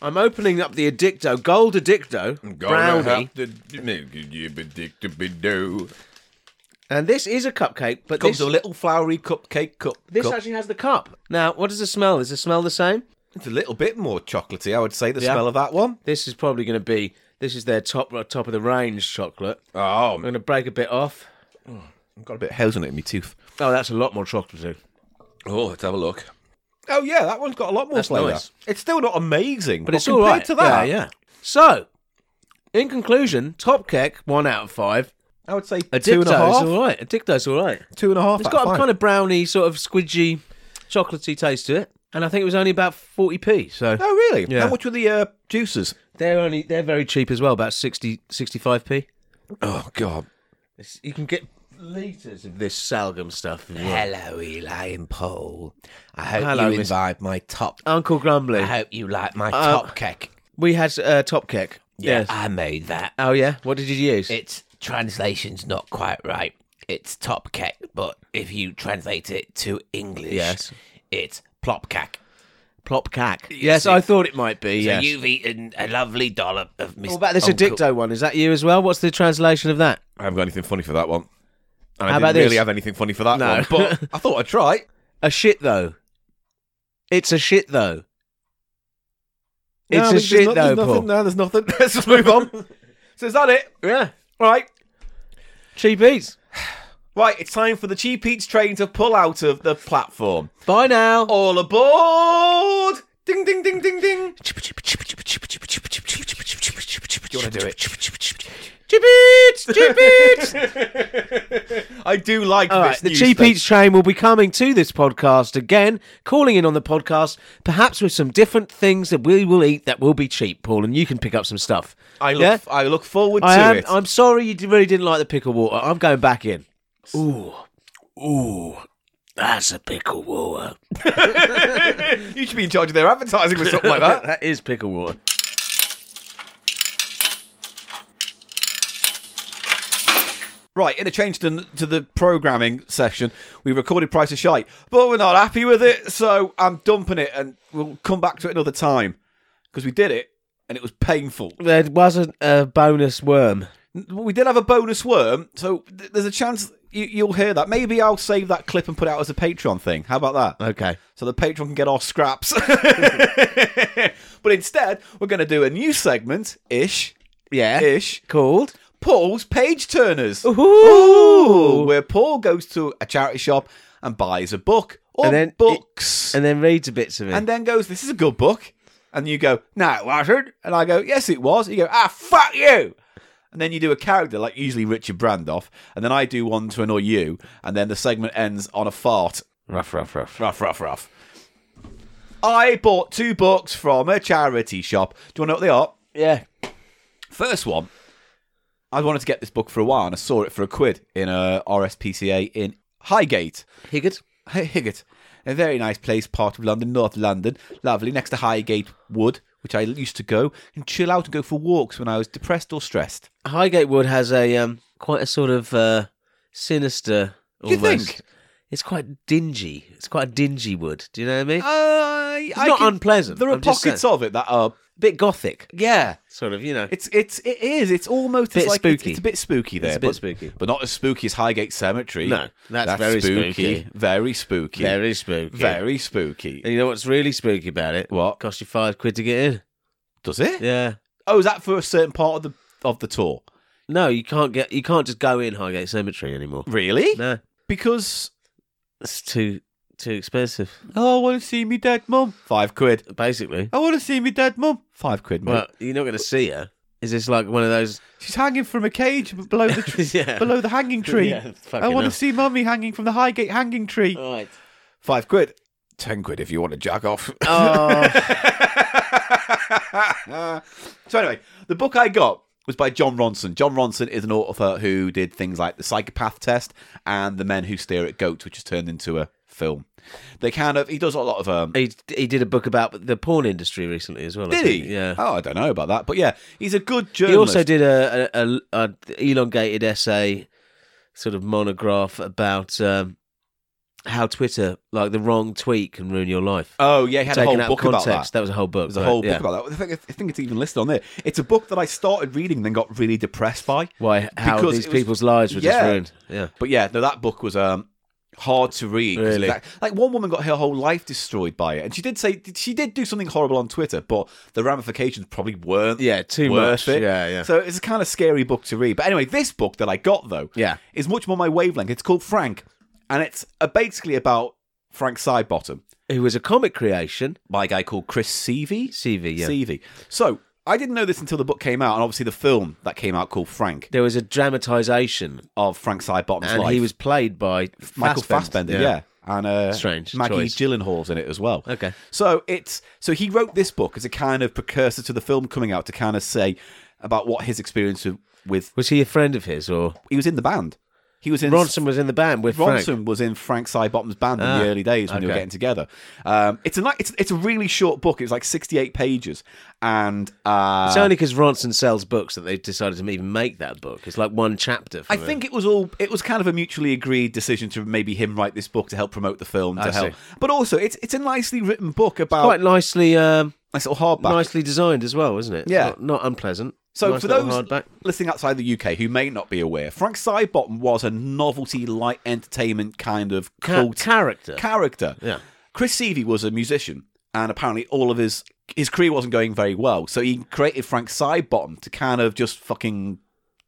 B: I'm opening up the Addicto, Gold Addicto
E: Gonna
B: brownie.
E: have to d- make you be dick to be do.
B: And this is a cupcake, but
A: Comes
B: this,
A: a little flowery cupcake cup.
B: this
A: cup.
B: actually has the cup. Now, what does the smell? Is the smell the same?
A: It's a little bit more chocolatey, I would say, the
B: Yeah.
A: smell of that one.
B: This is probably going to be. This is their top uh, top of the range chocolate.
E: Oh,
B: I'm going to break a bit off.
A: I've got a bit of hazelnut in my tooth.
B: Oh, that's a lot more chocolatey.
E: oh, let's have a look.
A: Oh, yeah, that one's got a lot more
B: That's
A: flavour.
B: nice.
A: It's still not amazing,
B: But it's Oh, all
A: compared
B: right.
A: to that,
B: yeah, yeah. So, in conclusion, top cake one out of five.
A: I would say two
B: Addicto's
A: and a half.
B: all right. Addicto's all right.
A: Two and a half.
B: It's got a kind of brownie, sort of squidgy, chocolatey taste to it. And I think it was only about forty p. So
A: Oh, really?
B: Yeah.
A: How much were the uh, juices?
B: they're only they're very cheap as well, about 60, 65 p.
E: Oh God.
B: You can get liters of this salgum stuff. if you want.
F: Hello, Eli and Paul. I hope
B: Hello,
F: you
B: Miss-
F: invite my top.
B: Uncle Grumbly.
F: I hope you like my
B: Uh,
F: top cake.
B: We had uh, top cake.
F: Yeah, I made that.
B: oh yeah. What did you use?
F: Its translation's not quite right. It's top cake, but if you translate it to English,
B: Yes.
F: it's plop cake.
B: Plop cack. Yes, I thought it might be.
F: So
B: yes.
F: you've eaten a lovely dollop of Mr.
B: What about this
F: Uncle-
B: addicto one? Is that you as well? What's the translation of that?
E: I haven't got anything funny for that one. And I
B: How
E: didn't
B: about
E: really
B: this?
E: have anything funny for that
B: No.
E: one. But I thought I'd try.
B: A shit though. It's a shit though.
A: No,
B: It's
A: I
B: a
A: think there's
B: shit
A: no- there's
B: though,
A: nothing,
B: Paul.
A: No, there's nothing. Let's just move on. so is that it?
B: Yeah.
A: Right.
B: Cheap eats.
A: Right, it's time for the Cheap Eats train to pull out of the platform.
B: Bye now.
A: All aboard! Ding, ding, ding, ding, ding.
F: Do you want to do it?
B: Cheap eats. Cheap eats.
A: I do like
B: All
A: this.
B: right, the
A: new
B: Cheap
A: thing.
B: Eats train will be coming to this podcast again, calling in on the podcast, perhaps with some different things that we will eat that will be cheap, Paul, and you can pick up some stuff.
A: I look,
B: Yeah?
A: I look forward to
B: I am.
A: it.
B: I'm sorry you d- really didn't like the pickle water. I'm going back in.
D: That's a pickle water.
A: You should be in charge of their advertising or something like that.
B: that is pickle water.
A: Right, in a change to, to the programming session, we recorded Price of Shite, but we're not happy with it, so I'm dumping it and we'll come back to it another time because we did it and it was painful.
B: There wasn't a bonus worm.
A: We did have a bonus worm, so th- there's a chance you, you'll hear that. Maybe I'll save that clip and put it out as a Patreon thing. How about that?
B: Okay.
A: so the patron can get our scraps. but instead, we're going to do a new segment ish,
B: Yeah.
A: ish,
B: Called.
A: Paul's Page Turners.
B: Ooh.
A: Where Paul goes to a charity shop and buys a book or
B: And then-
A: books,
B: And then reads a bits of it.
A: and then goes, "This is a good book," and you go, "No, it wasn't," and I go, "Yes, it was." You go, "Ah, fuck you." And then you do a character like usually Richard Brandoff, and then I do one to annoy you, and then the segment ends on a fart
B: rough, rough, rough.
A: Rough, rough, rough. I bought two books from a charity shop. Do you want to know what they are?
B: Yeah.
A: First one, I wanted to get this book for a while and I saw it for a quid in a RSPCA in Highgate.
B: Higgins.
A: Hi- Higgett. A very nice place, part of London, North London. Lovely, next to Highgate Wood, which I used to go and chill out and go for walks when I was depressed or stressed.
B: Highgate Wood has a um, quite a sort of uh, sinister.
A: You think?
B: almost- It's quite dingy. It's quite a dingy wood. Do you know what I mean?
A: I,
B: It's not unpleasant,
A: There are
B: I'm just
A: pockets
B: saying.
A: of it that are.
B: bit gothic,
A: Yeah,
B: sort of. You know,
A: it's it's it is. It's almost
B: Bit
A: it's like it's-
B: spooky.
A: It's, a bit spooky there.
B: It's a bit
A: but-
B: spooky.
A: But not as spooky as Highgate Cemetery.
B: No, that's very spooky.
A: Very spooky.
B: Very spooky.
A: Very spooky.
B: And you know what's really spooky about it?
A: What?
B: Cost you five quid to get in.
A: Does it?
B: Yeah.
A: Oh, is that for a certain part of the of the tour?
B: No, you can't get. You can't just go in Highgate Cemetery anymore.
A: Really?
B: No,
A: Because
B: it's too too expensive.
A: oh, I want to see me dead mum. Five quid.
B: Basically,
A: I want to see me dead mum. Five quid, mate.
B: well, you're not going to see her. Is this like one of those?
A: She's hanging from a cage b- below the tr-
B: yeah.
A: below the hanging tree.
B: Yeah,
A: I
B: fucking
A: want
B: hell.
A: to see mummy hanging from the Highgate hanging tree.
B: Right.
A: Five quid. Ten quid if you want to jack off.
B: Oh.
A: so anyway, the book I got was by John Ronson. John Ronson is an author who did things like The Psychopath Test and The Men Who Stare at Goats, which is turned into a film. They kind of he does a lot of um.
B: He he did a book about the porn industry recently as well. I
A: Did
B: think.
A: he?
B: Yeah.
A: Oh, I don't know about that, but yeah, he's a good
B: He
A: journalist.
B: also did a, a, a, a elongated essay, sort of monograph about um, how Twitter, like the wrong tweet, can ruin your life.
A: Oh yeah, he had a whole
B: Taken out of
A: book about
B: context,
A: that.
B: was a whole book.
A: There's a
B: right,
A: whole book
B: yeah.
A: about that. I think, I think it's even listed on there. It's a book that I started reading, then got really depressed by.
B: why how
A: because
B: these
A: it was-
B: people's lives were just
A: Yeah.
B: ruined. Yeah,
A: But yeah, no, that book was um hard to read. 'cause it was
B: Really?
A: Like, like, one woman got her whole life destroyed by it, and she did say she did do something horrible on Twitter, but the ramifications probably weren't.
B: yeah, too
A: worth
B: much.
A: it.
B: Yeah, yeah.
A: So it's a kind of scary book to read. But anyway, this book that I got though,
B: Yeah.
A: is much more my wavelength. It's called Frank, and it's uh, basically about Frank Sidebottom
B: It was a comic creation.
A: by a guy called Chris Seavey.
B: CV. Yeah,
A: Seavey. So I didn't know this until the book came out, and obviously the film that came out called Frank
B: there was a dramatization,
A: of Frank Sidebottom's
B: and
A: life.
B: he was played by
A: Michael Fassbender, yeah. And uh,
B: Strange
A: Maggie
B: choice.
A: Gyllenhaal's in it as well.
B: Okay.
A: so it's so he wrote this book as a kind of precursor to the film coming out to kind of say about what his experience with, with
B: Was he a friend of his or
A: he was in the band. He was in
B: Ronson was in the band with Frank?
A: Ronson was in Frank Sidebottom's band in
B: Ah,
A: the early days when they were
B: okay.
A: getting together. Um, it's a ni- it's it's a really short book. It was like sixty eight pages, and uh,
B: It's only because Ronson sells books that they decided to even make that book. It's like one chapter. From
A: I
B: it.
A: think it was all. It was kind of a mutually agreed decision to maybe him write this book to help promote the film. To
B: I see.
A: help, but also it's it's a nicely written book about
B: quite nicely, um,
A: nice little hardback.
B: nicely designed as well, isn't it?
A: Yeah.
B: not, not unpleasant.
A: So
B: Nice
A: for
B: little
A: those
B: hardback.
A: listening outside the UK who may not be aware, Frank Sidebottom was a novelty light entertainment kind of
B: Ca-
A: cult
B: character.
A: character.
B: Yeah.
A: Chris Seavey was a musician, and apparently all of his his career wasn't going very well. So he created Frank Sidebottom to kind of just fucking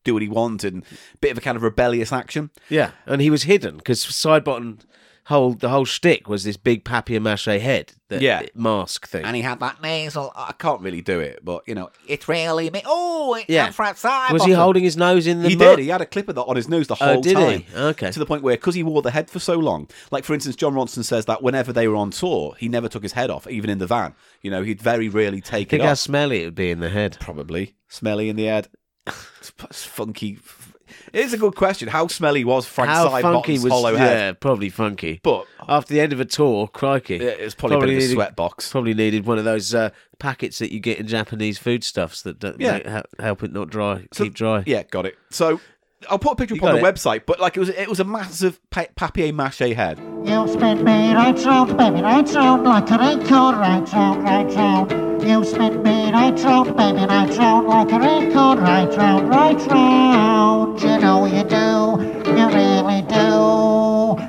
A: do what he wanted, and bit of a kind of rebellious action.
B: yeah, and he was hidden because Sidebottom whole the whole shtick was this big papier-mâché head, that
A: Yeah.
B: mask thing.
A: And he had that nasal. I can't really do it, but you know, it's really me. Oh, it-
B: yeah,
A: I'm Frank Sidebottom.
B: was he holding his nose in the?
A: He
B: mu-
A: did. He had a clip of that on his nose the whole
B: Oh, did
A: time.
B: he? Okay.
A: To the point where, because he wore the head for so long, like for instance, John Ronson says that whenever they were on tour, he never took his head off, even in the van. You know, he'd very rarely take
B: Think
A: it
B: how
A: off.
B: smelly it would be in the head.
A: Probably smelly in the head. it's it's funky. It is a good question. How smelly was Frank
B: How funky
A: Sidebottom's
B: was?
A: hollow
B: yeah,
A: head?
B: probably funky.
A: But
B: After the end of a tour, crikey,
A: it was probably, a bit of a
B: needed-
A: sweat box.
B: Probably needed one of those uh, packets that you get in Japanese foodstuffs that don't,
A: Yeah.
B: make- help, help it not dry,
A: So-
B: keep dry.
A: Yeah, got it. So. I'll put a picture up
B: got
A: on the
B: it.
A: website, but like it was, it was a massive pa- papier-mâché head.
G: You spin me right round, baby, right round, like a record, right round, right round. You spin me right round, baby, right round, like a record, right round, right round. You know you do, you really do.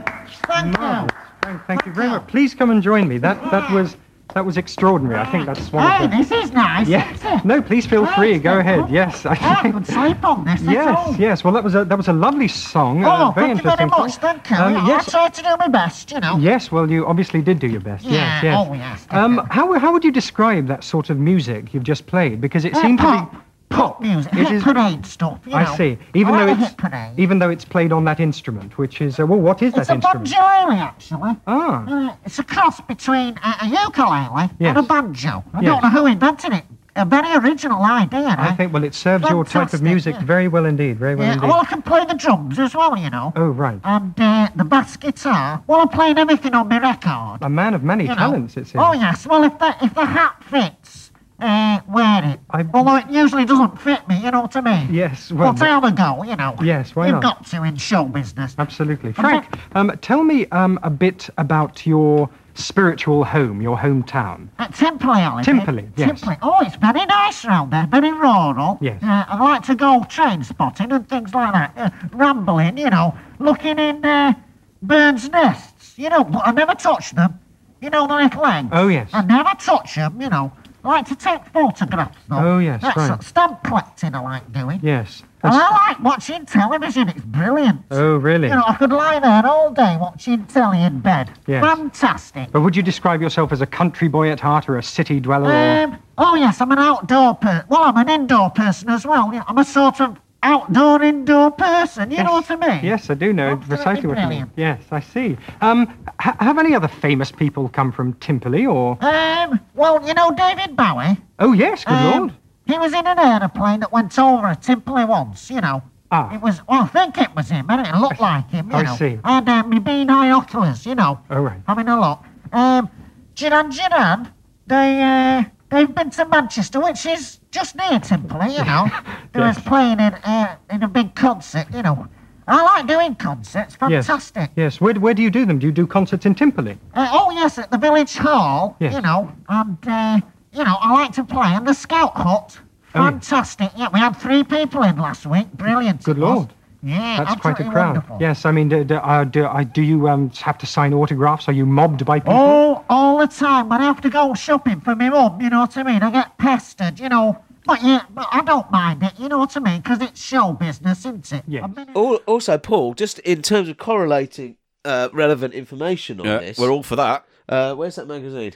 G: Thank you.
H: Thank, thank you very much. Please come and join me. That that was that was extraordinary. I think that's one
G: Hey,
H: of the.
G: this is nice.
H: Yes.
G: isn't it?
H: No, please feel
G: Nice,
H: free. Go
G: isn't it?
H: ahead. Yes. I
G: Oh, I
H: think-
G: could sleep on this. That's all.
H: Yes, yes. Well, that was a that was a lovely song.
G: Oh,
H: uh, very
G: thank you very
H: interesting.
G: much. Thank you.
H: Um,
G: Yeah,
H: yes.
G: I tried to do my best, you know.
H: Yes. Well, you obviously did do your best.
G: Yeah,
H: Yes. Yes.
G: oh, yes,
H: Um,
G: definitely.
H: how how would you describe that sort of music you've just played? Because it
G: Uh,
H: seemed
G: pop.
H: to be
G: Pop music,
H: It
G: hit
H: is-
G: parade stuff. You know. Oh,
H: I see. Even
G: I
H: though
G: like a
H: it's
G: hit parade.
H: even though it's played on that instrument, which is uh, well, what is
G: It's
H: that
G: a
H: instrument?
G: banjo, actually.
H: Ah.
G: Uh, it's a cross between a, a ukulele and a
H: Yes.
G: banjo. I
H: Yes.
G: don't know who invented it. A very original idea.
H: I
G: eh?
H: think well, it serves your type of
G: Fantastic,
H: music
G: yeah.
H: very well indeed. Very well
G: Yeah, Oh.
H: indeed.
G: well, I can play the drums as well, you know.
H: Oh right.
G: And uh, the bass guitar. Well, I'm playing everything on my record.
H: A man of many
G: you know.
H: talents, it seems.
G: Oh, yes. Well, if the, if the hat fits, uh, wear it.
H: I-
G: Although it usually doesn't fit me, you know what I mean?
H: Yes,
G: Well,
H: well,
G: time ago, you know.
H: Yes, why
G: You've
H: not?
G: got to in show business.
H: absolutely. Frank, um, tell me um, a bit about your spiritual home, your hometown.
G: At Templey, Oliver.
H: Templey, yes.
G: Templey. Oh, it's very nice round there, very rural.
H: Yes.
G: Uh, I like to go train spotting and things like that. Uh, rambling, you know, looking in uh, birds' nests, you know, but I never touch them. You know, the little eggs.
H: Oh, yes.
G: I never touch them, you know. I like to take photographs, though.
H: Oh, yes,
G: That's
H: right.
G: a- stamp collecting I like doing.
H: Yes.
G: And
H: that's-
G: I like watching television, it's brilliant.
H: Oh, really?
G: You know, I could lie there all day watching telly in bed.
H: Yes.
G: Fantastic.
H: But would you describe yourself as a country boy at heart or a city dweller? Or...
G: Um, oh yes, I'm an outdoor person. Well, I'm an indoor person as well. Yeah, I'm a sort of outdoor indoor person. You know what I mean?
H: Yes, I do know
G: Absolutely
H: precisely what you mean.
G: oh, brilliant.
H: Yes, I see. Um, ha- have any other famous people come from Timperley or?
G: Um. Well, you know David Bowie.
H: Oh yes, good
G: Um,
H: lord.
G: He was in an aeroplane that went over a Timperley once. You know.
H: Ah.
G: It was. Well, I think it was him. And it looked like him. You
H: I
G: know.
H: see.
G: I had um, me bean eye oculars. You know.
H: Oh right.
G: I mean a lot. Um. Jiran Jiran. They. Uh, They've been to Manchester, which eh, is just near Timperley, you know. They was playing in, uh, in a big concert, you know. I like doing concerts.
H: Yes.
G: Fantastic.
H: Yes. Where, where do you do them? Do you do concerts in Timperley?
G: Uh, oh yes, at the village hall.
H: Yes.
G: You know, and uh, you know, I like to play in the scout hut.
H: Oh, yeah.
G: Fantastic. Yeah, we had three people in last week. Brilliant.
H: Good
G: it was.
H: lord.
G: Yeah,
H: That's quite a
G: absolutely
H: crowd.
G: Wonderful.
H: Yes, I mean, do, do, uh, do, uh, do you um, have to sign autographs? Are you mobbed by people?
G: Oh, all the time. When I have to go shopping for my mum, you know what I mean? I get pestered, you know. But yeah, but I don't mind it, you know what I mean? Because it's show business, isn't it?
H: Yes.
G: I mean,
B: Al- Also, Paul, just in terms of correlating uh, relevant information on
A: Yeah,
B: this,
A: we're all for that.
B: uh, where's that magazine?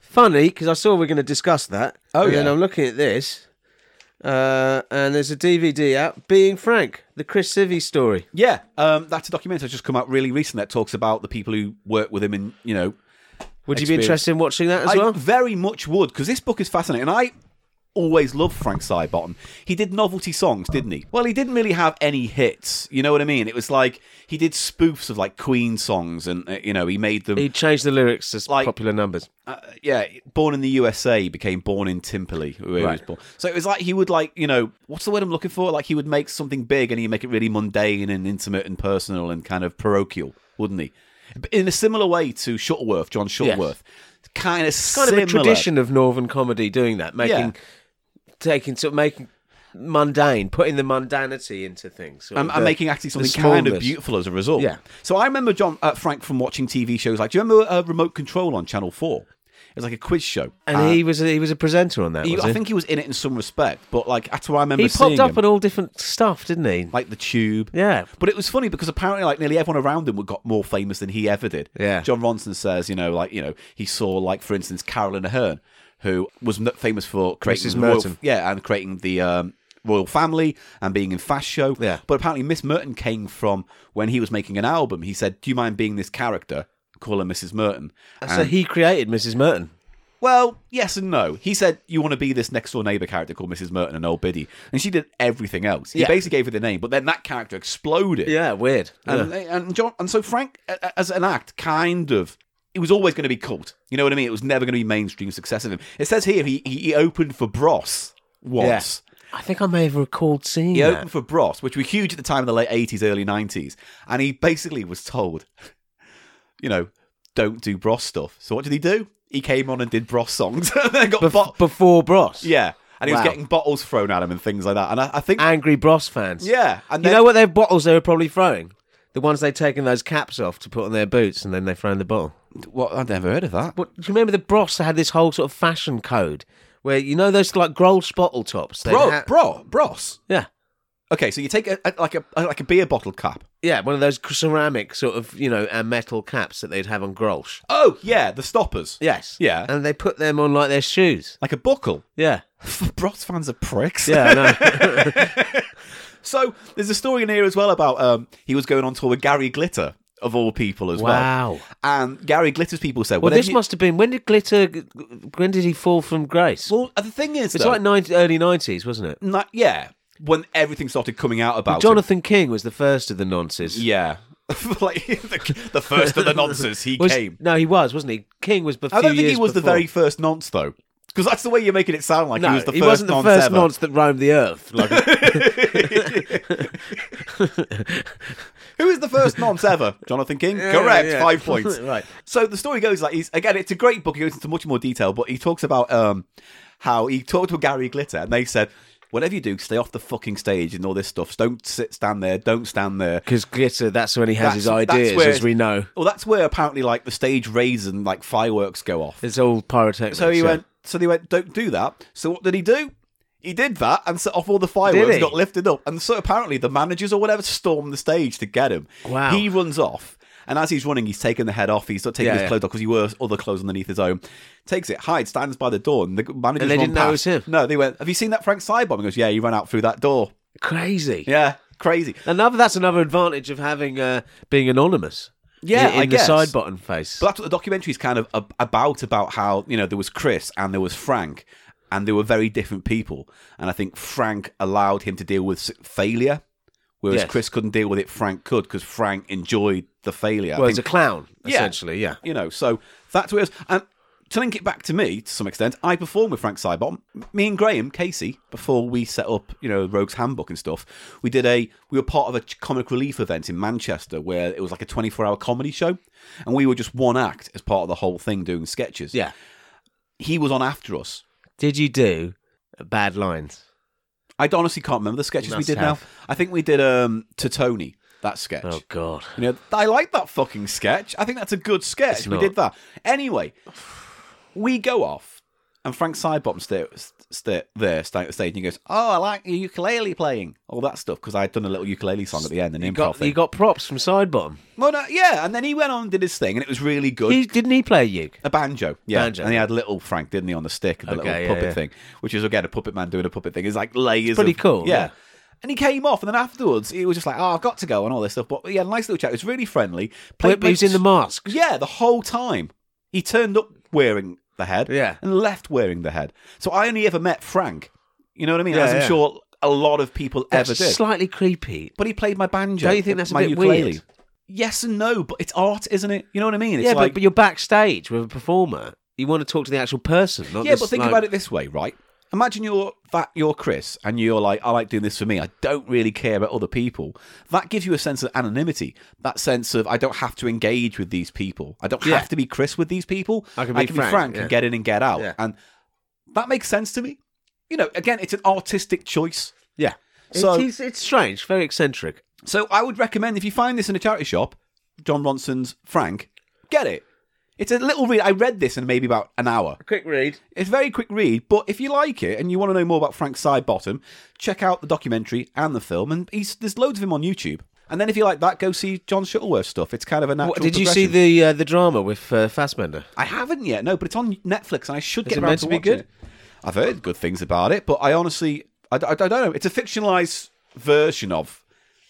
B: Funny, because I saw we are going to discuss that. Oh, and then
A: yeah.
B: I'm looking at this, uh, and there's a DVD out, Being Frank, the Chris Civvy story.
A: Yeah, um, that's a documentary that's just come out really recent that talks about the people who work with him and, you know,
B: Would you be
A: Experience.
B: interested in watching that as
A: I
B: well?
A: very much would because this book is fascinating. And I always loved Frank Sidebottom. He did novelty songs, didn't he? Well, he didn't really have any hits. You know what I mean? It was like he did spoofs of like Queen songs, and uh, you know he made them.
B: He changed the lyrics to s-
A: Like-
B: popular numbers.
A: uh, yeah, born in the USA became born in Timperley. Where he was born. So it was like he would like you know what's the word I'm looking for? Like he would make something big and he'd make it really mundane and intimate and personal and kind of parochial, wouldn't he? But In a similar way to Shuttleworth, John Shuttleworth. Kind of
B: Kind
A: similar.
B: of a tradition of Northern comedy doing that, making, taking, sort of making mundane, putting the mundanity into things. sort
A: I'm,
B: of
A: I'm
B: the-
A: making actually
B: the
A: something kind of
B: smallness.
A: beautiful as a result.
B: Yeah.
A: So I remember John uh, Frank from watching TV shows like, do you remember uh, Remote Control on Channel Four? It was like a quiz show,
B: And he was a, he was a presenter on that.
A: he,
B: was
A: I
B: he?
A: think he was in it in some respect, but like that's where I remember
B: he
A: seeing
B: popped up
A: him,
B: on all different stuff, didn't he?
A: like the Tube.
B: yeah.
A: But it was funny because apparently, like nearly everyone around him got more famous than he ever did.
B: Yeah.
A: John Ronson says, you know, like you know, he saw like for instance Carolyn Ahern, who was n- famous for creating
B: Mrs.
A: the royal-
B: Merton.
A: yeah, and creating the um, royal family and being in Fast Show.
B: Yeah.
A: But apparently, Miss Merton came from when he was making an album. He said, "Do you mind being this character?" Call her Mrs. Merton.
B: So
A: And-
B: he created Mrs. Merton.
A: well, yes and no. He said, You want to be this next door neighbour character called Mrs. Merton and Old Biddy. And she did everything else. He
B: Yeah.
A: basically gave her the name, but then that character exploded.
B: Yeah, weird.
A: And, and John, and so Frank, a- a- as an act, kind of, it was always going to be cult. You know what I mean? It was never going to be mainstream success of him. It says here he he he opened for Bros once.
B: I think I may have recalled seeing
A: He
B: that.
A: opened for Bros, which were huge at the time in the late eighties, early nineties, and he basically was told, you know, don't do Bros stuff. So what did he do? He came on and did Bros songs and then got bot-
B: before Bros.
A: yeah, and he
B: Wow.
A: was getting bottles thrown at him and things like that. And I, I think
B: Angry Bros fans.
A: yeah, and
B: You
A: then,
B: know what their bottles they were probably throwing? The ones they'd taken those caps off to put on their boots and then they thrown the bottle.
A: what? I've never heard of that.
B: What, do you remember the Bros had this whole sort of fashion code where, you know, those like Grohl spottle tops? they'd
A: Bro,
B: ha-
A: bro, Bros.
B: Yeah.
A: Okay, so you take a, a- like a like a beer bottle cap.
B: Yeah, one of those ceramic sort of, you know, and metal caps that they'd have on Grolsch.
A: Oh yeah, the stoppers.
B: Yes.
A: Yeah.
B: And they put them on like their shoes.
A: Like a buckle.
B: Yeah.
A: Bros fans are pricks.
B: Yeah, I know.
A: So there's a story in here as well about um, he was going on tour with Gary Glitter of all people as well.
B: Wow.
A: And Gary Glitter's people said,
B: Well,
A: whenever
B: this
A: you-
B: must have been when did Glitter? When did he fall from grace?
A: Well, the thing is,
B: it's
A: though,
B: like 90, early nineties, wasn't it?
A: ni- yeah, when everything started coming out about him.
B: Jonathan King was the first of the nonces.
A: Yeah. like the, the first of the nonsense, he
B: Was-
A: came.
B: No, he was, wasn't he? King was. before.
A: I don't think he was the very first nonce though, because that's the way you're making it sound like
B: No,
A: he was the first
B: wasn't the
A: nonce
B: first
A: ever.
B: nonce that roamed the earth. Like,
A: Who is the first nonce ever? Jonathan King. Correct.
B: yeah.
A: Five points.
B: Right.
A: So the story goes like he's again. It's a great book. He goes into much more detail, but he talks about um how he talked to Gary Glitter, and they said. Whatever you do, stay off the fucking stage and all this stuff. Don't sit, stand there. Don't stand there.
B: because Glitter, that's when he has his
A: That's- that's
B: ideas,
A: where-
B: as we know.
A: Well, that's where apparently like the stage raises and like fireworks go off.
B: It's all pyrotechnics.
A: So he
B: yeah.
A: went. So they went. Don't do that. So what did he do? He did that and set off all the fireworks.
B: he?
A: Got lifted up, and so apparently the managers or whatever stormed the stage to get him.
B: Wow.
A: He runs off, and as he's running, he's taking the head off. He's not taking
B: Yeah,
A: his
B: yeah.
A: clothes off because he wore other clothes underneath his own. Takes it, hides, stands by the door, and the managers
B: And they
A: run
B: didn't know it
A: past.
B: was him?
A: No, they went. Have you seen that Frank Sidebomb? He goes, Yeah, he ran out through that door.
B: crazy.
A: Yeah, crazy.
B: Another that's another advantage of having uh, being anonymous.
A: Yeah,
B: in, in
A: I
B: the
A: guess.
B: side button face.
A: But that's what the documentary's kind of ab- about about how you know there was Chris and there was Frank, and they were very different people. And I think Frank allowed him to deal with s- failure, whereas
B: Yes.
A: Chris couldn't deal with it. Frank could because Frank enjoyed the failure. I
B: well, he's a
A: think-
B: clown
A: Yeah.
B: essentially. Yeah.
A: you know, so that's what it is. And to link it back to me to some extent, I performed with Frank Seibot. Me and Graham Casey, before we set up, you know, Rogue's Handbook and stuff, we did a we were part of a ch- comic relief event in Manchester where it was like a twenty four hour comedy show, and we were just one act as part of the whole thing doing sketches.
B: Yeah.
A: he was on after us.
B: Did you do bad lines?
A: I honestly can't remember the sketches we
B: Must
A: did
B: have.
A: now. I think we did um to Tony that sketch.
B: Oh God.
A: You know, I like that fucking sketch. I think that's a good sketch. we
B: not.
A: did that. Anyway, we go off, and Frank Sidebottom sta sta there, standing at the stage, and he goes, "Oh, I like your ukulele playing, all that stuff," because I had done a little ukulele song at the end, and
B: You
A: improv
B: got,
A: thing.
B: you got props from side bottom.
A: well, no, yeah, and then he went on and did his thing, and it was really good.
B: He, didn't he play a uke?
A: a banjo, yeah,
B: Banjo.
A: and he had little Frank, didn't he, on the stick, the
B: Okay,
A: little
B: yeah,
A: puppet
B: yeah.
A: thing, which is again a puppet man doing a puppet thing. It's like layers,
B: pretty
A: of-
B: cool, yeah.
A: And he came off, and then afterwards, he was just like, "Oh, I've got to go," and all this stuff. But yeah, nice little chat. It was really friendly.
B: Wait, but he was in the mask.
A: Yeah, the whole time. He turned up wearing the head
B: Yeah.
A: and left wearing the head. So I only ever met Frank. You know what I mean?
B: Yeah,
A: As I'm
B: yeah.
A: sure a lot of people
B: That's
A: ever did.
B: slightly creepy.
A: but he played my banjo.
B: Don't you think that's a
A: my
B: bit
A: ukulele.
B: weird?
A: Yes and no, but it's art, isn't it? You know what I mean? It's
B: yeah,
A: like,
B: but, but you're backstage with a performer. You want to talk to the actual person, not
A: yeah,
B: this,
A: but think
B: like-
A: about it this way, right? Imagine you're that you're Chris and you're like, I like doing this for me. I don't really care about other people. That gives you a sense of anonymity. That sense of I don't have to engage with these people. I don't
B: Yeah.
A: have to be Chris with these people.
B: I can be
A: be
B: Frank,
A: Frank
B: yeah.
A: and get in and get out.
B: Yeah.
A: And that makes sense to me. You know, again, it's an artistic choice.
B: Yeah.
A: So
B: it's, it's strange, very eccentric.
A: so I would recommend if you find this in a charity shop, John Ronson's Frank, get it. It's a little read. I read this in maybe about an hour.
B: Quick read.
A: It's a very quick read, but if you like it and you want to know more about Frank Sidebottom, check out the documentary and the film. And he's, there's loads of him on YouTube. And then if you like that, go see John Shuttleworth stuff. It's kind of a natural.
B: What, did you see
A: progression.
B: the uh, the drama with uh, Fassbender?
A: I haven't yet, no, but it's on Netflix, and I should get
B: it
A: around
B: meant
A: to,
B: to be
A: watching
B: good?
A: it. I've heard good things about it, but I honestly, I, d- I d- I don't know. It's a fictionalized version of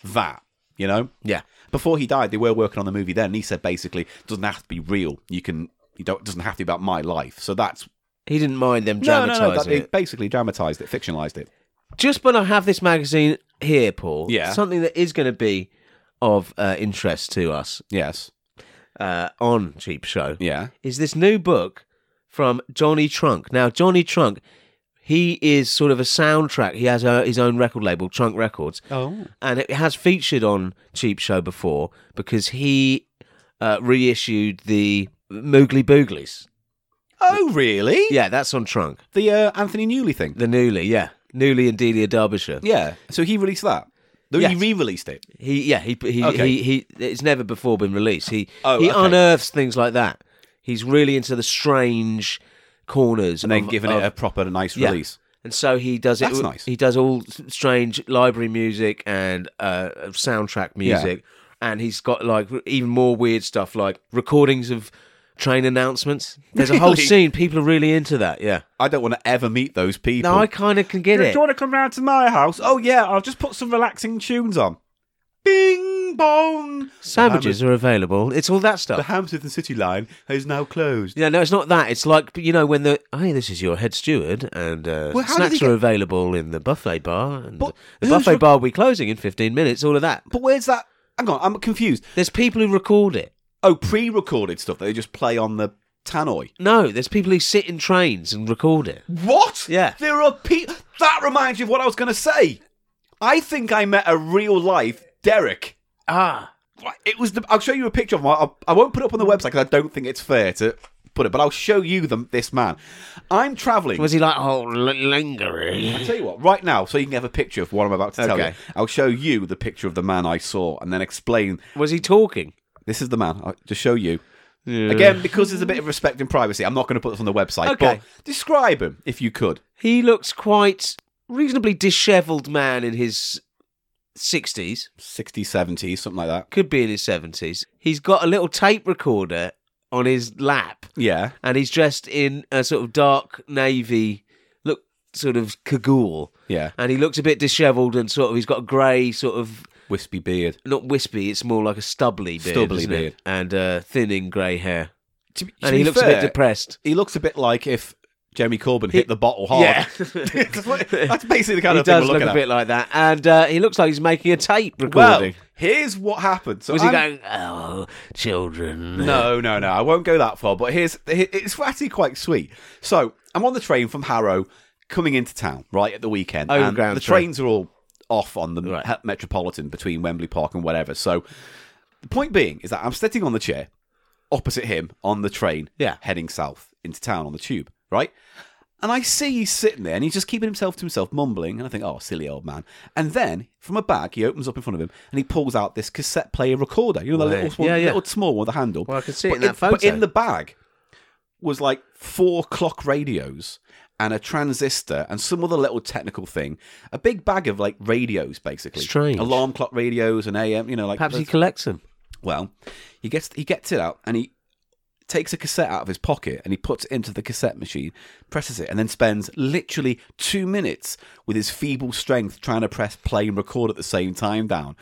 A: that, you know.
B: Yeah.
A: Before he died, they were working on the movie. Then and he said basically, it doesn't have to be real. You can, you don't, it doesn't have to be about my life. So that's
B: He didn't mind them
A: no, no,
B: dramatising
A: no. That, they
B: it.
A: basically dramatized it, fictionalized it.
B: Just when I have this magazine here, Paul,
A: Yeah.
B: something that is going to be of uh, interest to us
A: Yes.
B: uh, on Cheap Show
A: Yeah.
B: is this new book from Johnny Trunk. Now, Johnny Trunk, he is sort of a soundtrack. He has a, his own record label, Trunk Records.
A: Oh.
B: and it has featured on Cheap Show before because he uh, reissued the Moogly Booglies.
A: Oh, really?
B: Yeah, that's on Trunk.
A: The uh, Anthony Newley thing.
B: The Newly, yeah, Newly and Delia Derbyshire.
A: Yeah. So he released that. No, He
B: Yes.
A: re-released it.
B: He, yeah, he, he,
A: Okay.
B: he, he, It's never before been released. He,
A: Oh,
B: he
A: okay.
B: unearths things like that. He's really into the strange corners,
A: And then
B: of-
A: given it
B: of-
A: a proper, nice
B: Yeah.
A: release.
B: And so he does it.
A: That's nice.
B: He does all s- strange library music and uh, soundtrack music, and he's got like r- even more weird stuff like recordings of train announcements. There's a whole
A: Really?
B: scene. People are really into that. Yeah.
A: I don't want to ever meet those people.
B: No, I kind of can get
A: Do
B: it.
A: you want to come round to my house? Oh yeah, I'll just put some relaxing tunes on. Bing bong.
B: Sandwiches are available. It's all that
A: The
B: stuff.
A: Hampstead and City line is now closed.
B: Yeah, no, it's not that. It's like you know when the hey, this is your head steward, and uh,
A: Well, how did
B: snacks
A: he
B: are
A: get-
B: available in the buffet bar, and
A: But
B: the
A: who's
B: buffet
A: rec-
B: bar will be closing in fifteen minutes. All of that.
A: But where's that? Hang on, I'm confused.
B: There's people who record it.
A: Oh, pre-recorded stuff that they just play on the tannoy.
B: No, there's people who sit in trains and record it.
A: What?
B: Yeah.
A: There are people. That reminds me of what I was going to say. I think I met a real life Derek.
B: Ah, Hmm.
A: It was the. I'll show you a picture of him. I'll, I won't put it up on the website because I don't think it's fair to put it. But I'll show you them. This man. I'm traveling.
B: was he like oh l- lingering?
A: I'll tell you what, right now, so you can have a picture of what I'm about to tell
B: Okay.
A: you. I'll show you the picture of the man I saw and then explain.
B: Was he talking?
A: This is the man. I'll just show you.
B: Uh.
A: Again, because there's a bit of respect and privacy, I'm not going to put this on the website. But
B: Okay.
A: describe him if you could.
B: He looks quite reasonably dishevelled man in his sixties,
A: 60s, 70s, something like that.
B: could be in his seventies. He's got a little tape recorder on his lap,
A: Yeah.
B: and he's dressed in a sort of dark navy look, sort of cagoule,
A: Yeah.
B: and he looks a bit dishevelled and sort of he's got a grey sort of
A: Wispy beard.
B: not wispy, it's more like a stubbly beard,
A: Stubbly
B: isn't it?
A: beard.
B: and uh, thinning grey hair,
A: To be- to
B: and he
A: be
B: looks a
A: fair,
B: bit depressed.
A: He looks a bit like if Jeremy Corbyn hit the bottle hard.
B: Yeah.
A: That's what- that's basically the kind
B: he
A: of thing
B: does
A: we're
B: look
A: looking
B: a
A: at.
B: bit like that, and uh, he looks like he's making a tape
A: well,
B: recording.
A: here's what happened. So
B: Was he
A: I'm-
B: going, "Oh, children"?
A: No, no, no. I won't go that far. But here's it's actually quite sweet. So I'm on the train from Harrow, coming into town right at the weekend. and
B: Overground
A: the
B: train.
A: trains are all off on the he- Metropolitan between Wembley Park and whatever. So the point being is that I'm sitting on the chair opposite him on the train,
B: Yeah.
A: heading south into town on the tube, right. And I see he's sitting there and he's just keeping himself to himself, mumbling. And I think, oh, silly old man. And then from a bag, he opens up in front of him and he pulls out this cassette player recorder. You know, the little, small,
B: Yeah, yeah.
A: little small one with a handle.
B: Well, I could see it
A: But
B: in that
A: But
B: photo.
A: in the bag was like four clock radios and a transistor and some other little technical thing. A big bag of like radios, basically.
B: Strange.
A: Alarm clock radios and AM, you know, like.
B: Perhaps he collects them.
A: Well, he gets he gets it out and he takes a cassette out of his pocket and he puts it into the cassette machine, presses it, and then spends literally two minutes with his feeble strength trying to press play and record at the same time down.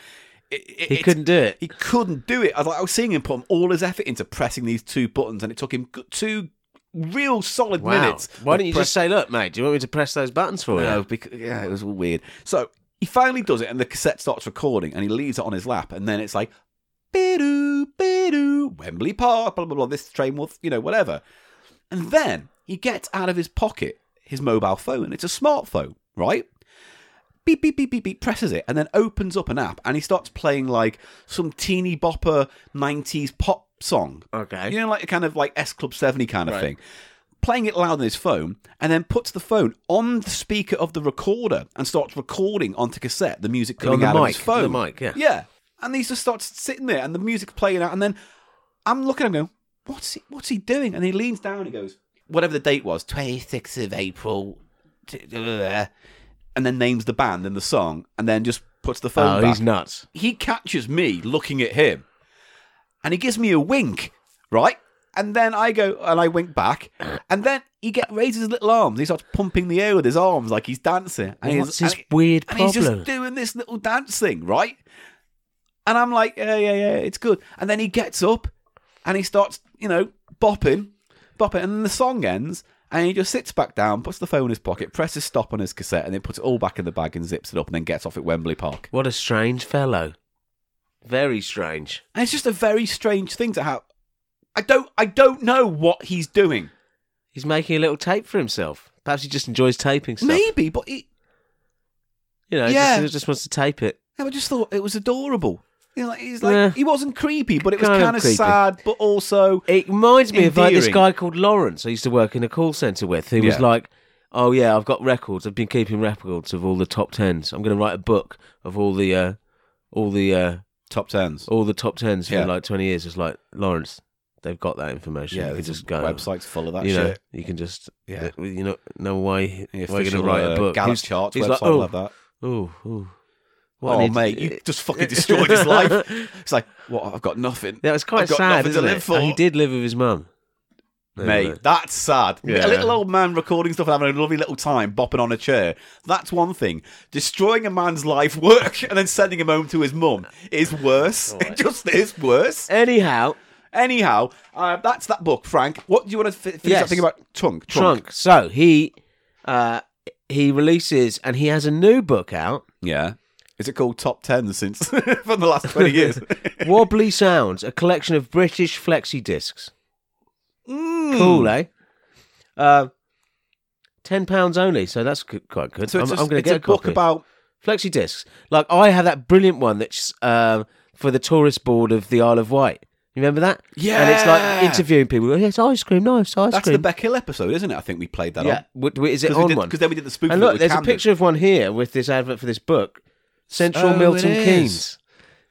A: It- it-
B: He
A: it's-
B: couldn't do it.
A: He couldn't do it. I was like, I was seeing him put all his effort into pressing these two buttons, and it took him g- two real solid
B: Wow.
A: minutes.
B: Why
A: of
B: don't you
A: press-
B: just say, "Look, mate, do you want me to press those buttons for you?"
A: no, because yeah, it was all weird. So he finally does it, and the cassette starts recording, and he leaves it on his lap, and then it's like, bidoo, bidoo, Wembley Park, blah blah blah. This train will, you know, whatever. And then he gets out of his pocket his mobile phone. It's a smartphone, right? Beep beep beep beep beep. Presses it, and then opens up an app, and he starts playing like some teeny bopper '90s pop song.
B: Okay.
A: You know, like a kind of like S Club 70 kind of thing. Playing it loud on his phone and then puts the phone on the speaker of the recorder and starts recording onto cassette the music coming
B: the
A: out of his
B: mic,
A: phone.
B: the mic, yeah.
A: Yeah. And he just starts sitting there and the music's playing out and then I'm looking at him going, What's he what's he doing? And he leans down and he goes, Whatever the date was, twenty sixth of April t- uh, and then names the band and the song and then just puts the phone
B: Oh,
A: back
B: he's nuts.
A: he catches me looking at him and he gives me a wink, right? And then I go and I wink back, and then he get raises his little arms. He starts pumping the air with his arms like he's dancing. And
B: What's
A: he's,
B: his
A: and
B: weird
A: and he's just
B: problem?
A: doing this little dance thing, right? And I'm like, yeah, yeah, yeah, it's good. And then he gets up and he starts, you know, bopping, bopping, and then the song ends. And he just sits back down, puts the phone in his pocket, presses stop on his cassette, and then puts it all back in the bag and zips it up, and then gets off at Wembley Park.
B: What a strange fellow. Very strange.
A: And it's just a very strange thing to have. I don't I don't know what he's doing.
B: He's making a little tape for himself. Perhaps he just enjoys taping stuff.
A: Maybe, but it,
B: You know, he
A: Yeah.
B: just, he just wants to tape it.
A: I just thought it was adorable. You know, like, he's like
B: Yeah.
A: he wasn't creepy, but it was
B: Kind of
A: kind of
B: creepy.
A: sad, but also
B: It reminds me of like this
A: Endearing.
B: guy called Lawrence I used to work in a call centre with who was
A: Yeah.
B: like, oh, yeah, I've got records. I've been keeping records of all the top tens. I'm going to write a book of all the, uh, all the, uh,
A: top tens.
B: all the top tens for
A: Yeah.
B: like 20 years. It's like, Lawrence, they've got that information.
A: Yeah,
B: you can
A: there's
B: just
A: just
B: go.
A: websites full of that
B: you know,
A: shit.
B: you can just,
A: Yeah.
B: yeah. you know, know why,
A: The
B: why you're going
A: official,
B: to write a
A: uh,
B: book.
A: Gallup
B: He's-
A: charts
B: he's
A: website
B: like,
A: will
B: oh,
A: have that.
B: Ooh, ooh. What
A: Oh
B: an idi-
A: mate, you just fucking destroyed his life. It's like, what? I've got nothing.
B: That was quite
A: I've got
B: sad,
A: nothing
B: isn't
A: to
B: it?
A: live for.
B: And he did live with his mum. Anyway.
A: Mate, that's sad.
B: Yeah.
A: A little old man recording stuff and having a lovely little time bopping on a chair. That's one thing. Destroying a man's life work and then sending him home to his mum is worse. It just is worse.
B: Anyhow,
A: Anyhow, uh, that's that book, Frank. What do you want to fi- finish
B: Yes.
A: that thing about trunk?
B: trunk. So he, uh, he releases and he has a new book out,
A: Yeah. Is it called Top Ten since from the last twenty years?
B: Wobbly Sounds, a collection of British flexi discs.
A: Mm.
B: Cool, eh? Uh, Ten pounds only, so that's c- quite good.
A: so
B: I'm,
A: it's, just-
B: I'm going
A: it's
B: to get a,
A: a, book
B: copy.
A: about
B: flexi discs. Like I have that brilliant one that's um, for the tourist board of the Isle of Wight. You remember that? And it's like
A: Yeah.
B: interviewing people. Yes, ice cream, nice ice
A: that's
B: cream.
A: the Beck Hill episode, isn't it? I think we played that
B: yeah.
A: on.
B: Would- would- Is it
A: 'Cause we
B: on
A: did-
B: one?
A: 'cause then we did the spoof
B: And
A: that
B: look,
A: with
B: there's a
A: Camden.
B: picture of one here with this advert for this book, Central
A: Oh,
B: Milton
A: it is.
B: Keynes.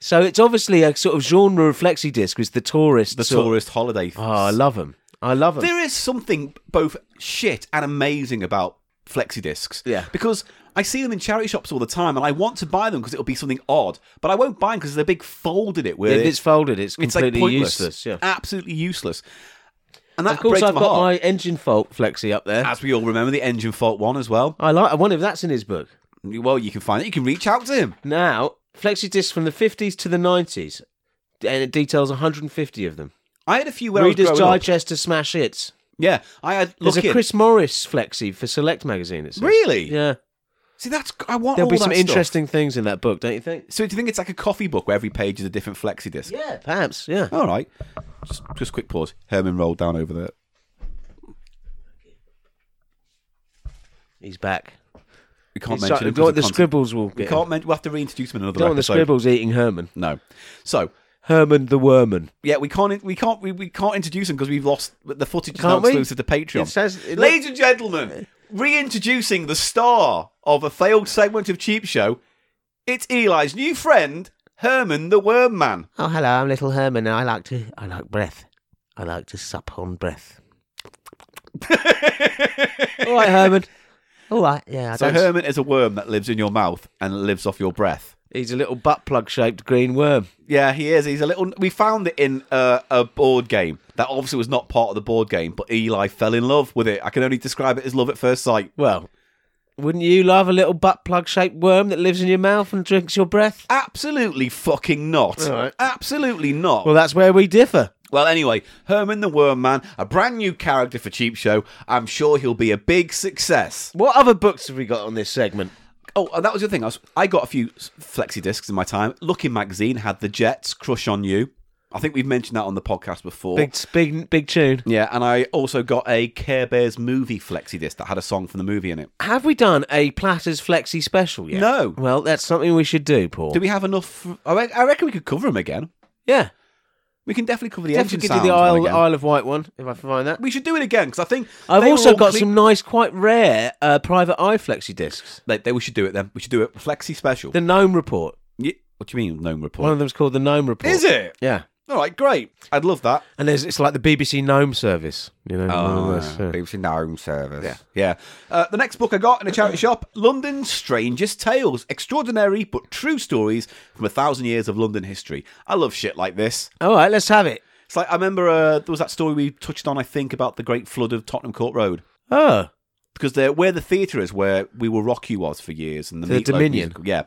B: So it's obviously a sort of genre of flexi disc with the tourist.
A: The
B: sort-
A: tourist holiday.
B: Oh, I love them. I love them.
A: There is something both shit and amazing about flexi discs.
B: Yeah.
A: Because I see them in charity shops all the time, and I want to buy them because it'll be something odd, but I won't buy them because there's a big fold in it where
B: If it's folded, it's
A: it's like
B: completely
A: pointless,
B: useless. Yeah.
A: absolutely useless. And that
B: Of course,
A: breaks
B: I've
A: my
B: got my
A: heart.
B: engine fault flexi up there.
A: As we all remember, the engine fault one as well.
B: I like. I wonder if that's in his book.
A: Well, you can find it. You can reach out to him.
B: Now, flexi discs from the 50s to the 90s, and it details 150 of them.
A: I had a few when
B: Reader's
A: I was growing up.
B: Digest to smash hits.
A: Yeah, I had
B: There's
A: looking.
B: a Chris Morris flexi for Select magazine. It says.
A: Really?
B: Yeah.
A: See, that's I want.
B: There'll
A: all
B: be
A: that
B: some
A: stuff.
B: interesting things in that book, don't you think?
A: So do you think it's like a coffee book where every page is a different flexi disc?
B: Yeah, perhaps. Yeah.
A: All right. Just, just quick pause. Herman rolled down over there.
B: He's back.
A: We can't
B: He's
A: mention
B: trying-
A: him 'cause
B: don't-
A: the
B: the
A: content-
B: scribbles will
A: We
B: get.
A: can't mention. We'll have to reintroduce him in another
B: Don't want the
A: episode.
B: scribbles eating Herman.
A: No. So
B: Herman the Worman.
A: yeah, we can't. We can't. We, we can't introduce him because we've lost the footage. is
B: Can't
A: now
B: we?
A: exclusive to Patreon.
B: It says- it
A: Ladies and gentlemen, reintroducing the star of a failed segment of Cheap Show. It's Eli's new friend, Herman the Worm Man.
B: Oh, hello. I'm little Herman, and I like to. I like breath. I like to sup on breath. All right, Herman. All right. Yeah. I
A: So
B: don't-
A: Herman is a worm that lives in your mouth and lives off your breath.
B: He's a little butt plug shaped green worm.
A: Yeah, he is. He's a little. We found it in uh, a board game that obviously was not part of the board game, but Eli fell in love with it. I can only describe it as love at first sight.
B: Well, wouldn't you love a little butt plug shaped worm that lives in your mouth and drinks your breath?
A: Absolutely fucking not.
B: right.
A: Absolutely not.
B: Well, that's where we differ.
A: Well, anyway, Herman the Worm Man, a brand new character for Cheap Show. I'm sure he'll be a big success.
B: What other books have we got on this segment?
A: Oh, and that was the thing. I, was, I got a few s- flexi discs in my time. Looking Magazine had The Jets, Crush on You. I think we've mentioned that on the podcast before.
B: Big, big, big tune.
A: yeah, and I also got a Care Bears movie flexi disc that had a song from the movie in it.
B: Have we done a Platters Flexi special yet?
A: No.
B: Well, that's something we should do, Paul.
A: Do we have enough? I re- I reckon we could cover them again.
B: Yeah.
A: We can definitely cover the engine
B: Definitely
A: sounds
B: could do the
A: one
B: Isle,
A: again.
B: Isle of Wight one, if I can find that.
A: We should do it again because I think
B: I've
A: they were
B: also
A: all
B: got
A: cle-
B: some nice, quite rare uh, private eye flexi discs.
A: Like, they, we should do it then. We should do it flexi special.
B: The Gnome Report.
A: Ye- what do you mean gnome report?
B: One of them's called the Gnome Report.
A: Is it?
B: Yeah.
A: All right, great. I'd love that.
B: And there's, it's like the BBC Gnome service. You know, one of those, yeah.
A: BBC Gnome service. Yeah, yeah. Uh, the next book I got in a charity shop: London's Strangest Tales, extraordinary but true stories from a thousand years of London history. I love shit like this.
B: All right, let's have it.
A: It's like I remember uh, there was that story we touched on, I think, about the Great Flood of Tottenham Court Road.
B: Oh.
A: because they're where the theatre is, where We Will Rock You was for years, and the,
B: The
A: Meatloaf
B: Dominion.
A: musical- yeah,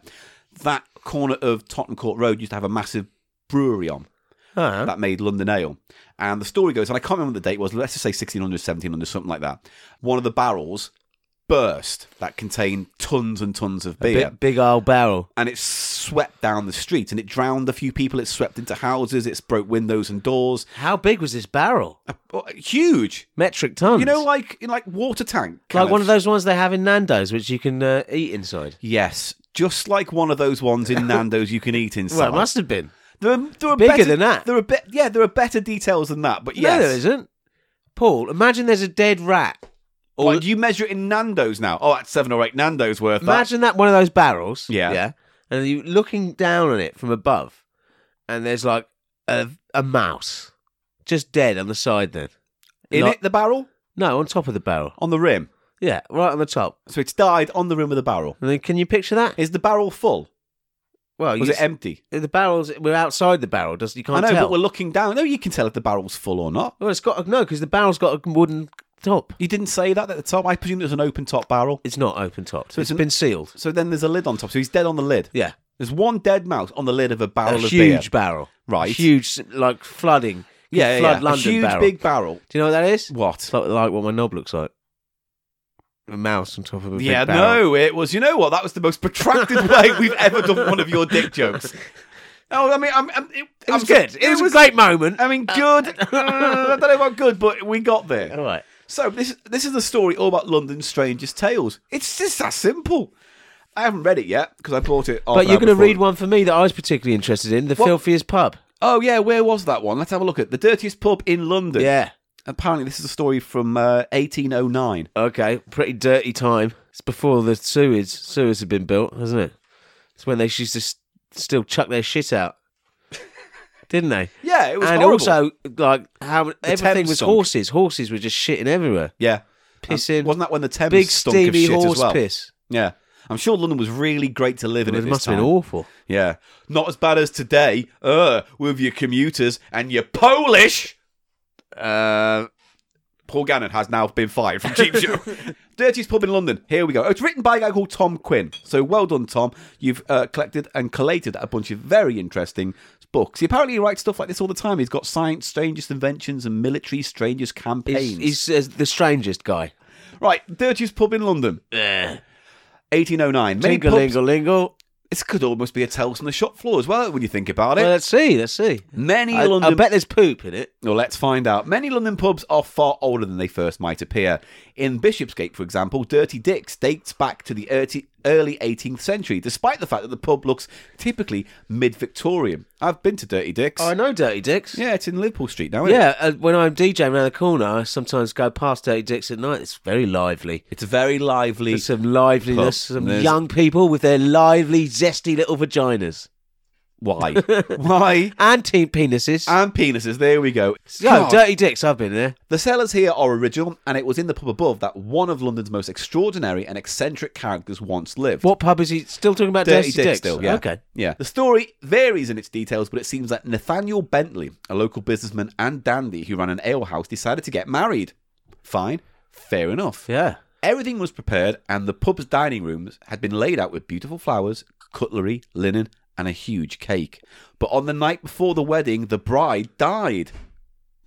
A: that corner of Tottenham Court Road used to have a massive brewery on
B: Huh.
A: that made London ale. And the story goes, and I can't remember the date was. Let's just say 1600, 1700, something like that. One of the barrels burst that contained tons and tons of beer.
B: Big, big old barrel.
A: and it swept down the street and it drowned a few people. It swept into houses. It's broke windows and doors.
B: How big was this barrel?
A: Oh, Huge.
B: Metric tons.
A: You know, like like water tank. kind
B: like one of those ones they have in Nando's, which you can uh, eat inside.
A: Yes, just like one of those ones in Nando's you can eat inside.
B: Well, it must have been.
A: there are, there are
B: Bigger
A: better,
B: than that.
A: There are be- yeah, there are better details than that. But yes,
B: No, there isn't. Paul, imagine there's a dead rat.
A: Like, do you measure it in Nando's now? Oh, that's seven or eight Nando's worth. that.
B: Imagine that one of those barrels.
A: Yeah.
B: Yeah. And you looking down on it from above, and there's like a, a mouse just dead on the side then.
A: in
B: Like-
A: it the barrel
B: No, on top of the barrel.
A: on the rim.
B: Yeah, right on the top.
A: So it's died on the rim of the barrel.
B: And then can you picture that?
A: Is the barrel full?
B: well,
A: Was
B: you,
A: it empty?
B: the barrels, we're outside the barrel, doesn't you
A: I
B: can't
A: know,
B: tell.
A: but we're looking down. No, you can tell if the barrel's full or not.
B: well, it's got, a- no, because the barrel's got a wooden top.
A: You didn't say that at the top. I presume it was an open top barrel.
B: It's not open top. So
A: it's an-
B: been sealed.
A: So then there's a lid on top. So he's dead on the lid.
B: Yeah.
A: There's one dead mouse on the lid of a barrel
B: a
A: of
B: huge
A: beer.
B: barrel.
A: Right.
B: Huge, like flooding.
A: yeah, yeah,
B: flood
A: yeah.
B: London
A: a huge
B: barrel.
A: big barrel.
B: Do you know what that is?
A: What?
B: It's like, like what my knob looks like. A mouse on top of a big
A: Yeah,
B: barrel.
A: no, it was. You know what? That was the most protracted way we've ever done one of your dick jokes. Oh, I mean, I'm, I'm, it,
B: It was good. It, was, a great moment.
A: I mean, good. Uh, I don't know about good, but we got there.
B: All right.
A: So this this is the story all about London's strangest tales. It's just that simple. I haven't read it yet because I bought it. half
B: But
A: an
B: you're
A: hour
B: going to
A: before.
B: read one for me that I Oh, was particularly interested in The Filthiest Pub.
A: Oh yeah, where was that one? Let's have a look at the dirtiest pub in London.
B: Yeah.
A: Apparently, this is a story from uh, 1809.
B: Okay. Pretty dirty time. It's before the sewers sewers had been built, hasn't it? It's when they used to s- still chuck their shit out, didn't they?
A: Yeah, it was
B: and
A: horrible.
B: also like how everything
A: Thames
B: was
A: stunk.
B: horses. Horses were just shitting everywhere.
A: yeah,
B: Pissing.
A: Wasn't that when the Thames
B: big
A: stunk of
B: steamy
A: shit
B: horse
A: as well?
B: piss.
A: Yeah. I'm sure London was really great to live in.
B: It
A: at this
B: must have been
A: time.
B: awful.
A: Yeah. Not as bad as today, uh, with your commuters and your Polish.
B: Uh,
A: Paul Gannon has now been fired from Cheap Show. Dirtiest pub in London. Here we go. It's written by a guy called Tom Quinn. So well done, Tom. You've uh, collected and collated a bunch of very interesting books. He apparently writes stuff like this all the time. He's got science, strangest inventions, and military, strangest campaigns.
B: He's uh, the strangest guy.
A: Right, dirtiest pub in London. 1809. Many
B: Tingle,
A: pubs,
B: lingle, lingle.
A: this could almost be a tales from the shop floor as well when you think about it.
B: Well, let's see. Let's see.
A: Many
B: I,
A: London
B: I bet there's poop in it.
A: Well, let's find out. Many London pubs are far older than they first might appear. In Bishopsgate, for example, Dirty Dick's dates back to the earty- early 18th century, despite the fact that the pub looks typically mid Victorian. I've been to Dirty Dick's.
B: Oh, I know Dirty Dicks.
A: yeah, it's in Liverpool Street now, isn't it?
B: Yeah, uh, when I'm DJing around the corner, I sometimes go past Dirty Dicks at night. It's very lively.
A: It's a very lively.
B: There's some liveliness,
A: Pub.
B: some
A: There's-
B: young people with their lively, zesty little vaginas
A: Why? Why?
B: and teen penises.
A: And penises, there we go.
B: Yo,
A: Ah, God.
B: Dirty Dicks, I've been there.
A: The cellars here are original, and it was in the pub above that one of London's most extraordinary and eccentric characters once lived.
B: What pub is he still talking about?
A: Dirty,
B: Dirty,
A: Dick
B: Dicks?
A: still, yeah.
B: Okay.
A: Yeah. The story varies in its details, but it seems that Nathaniel Bentley, a local businessman and dandy who ran an alehouse, decided to get married. Fine. Fair enough.
B: Yeah.
A: Everything was prepared, and the pub's dining rooms had been laid out with beautiful flowers, cutlery, linen, and a huge cake. But on the night before the wedding, the bride died.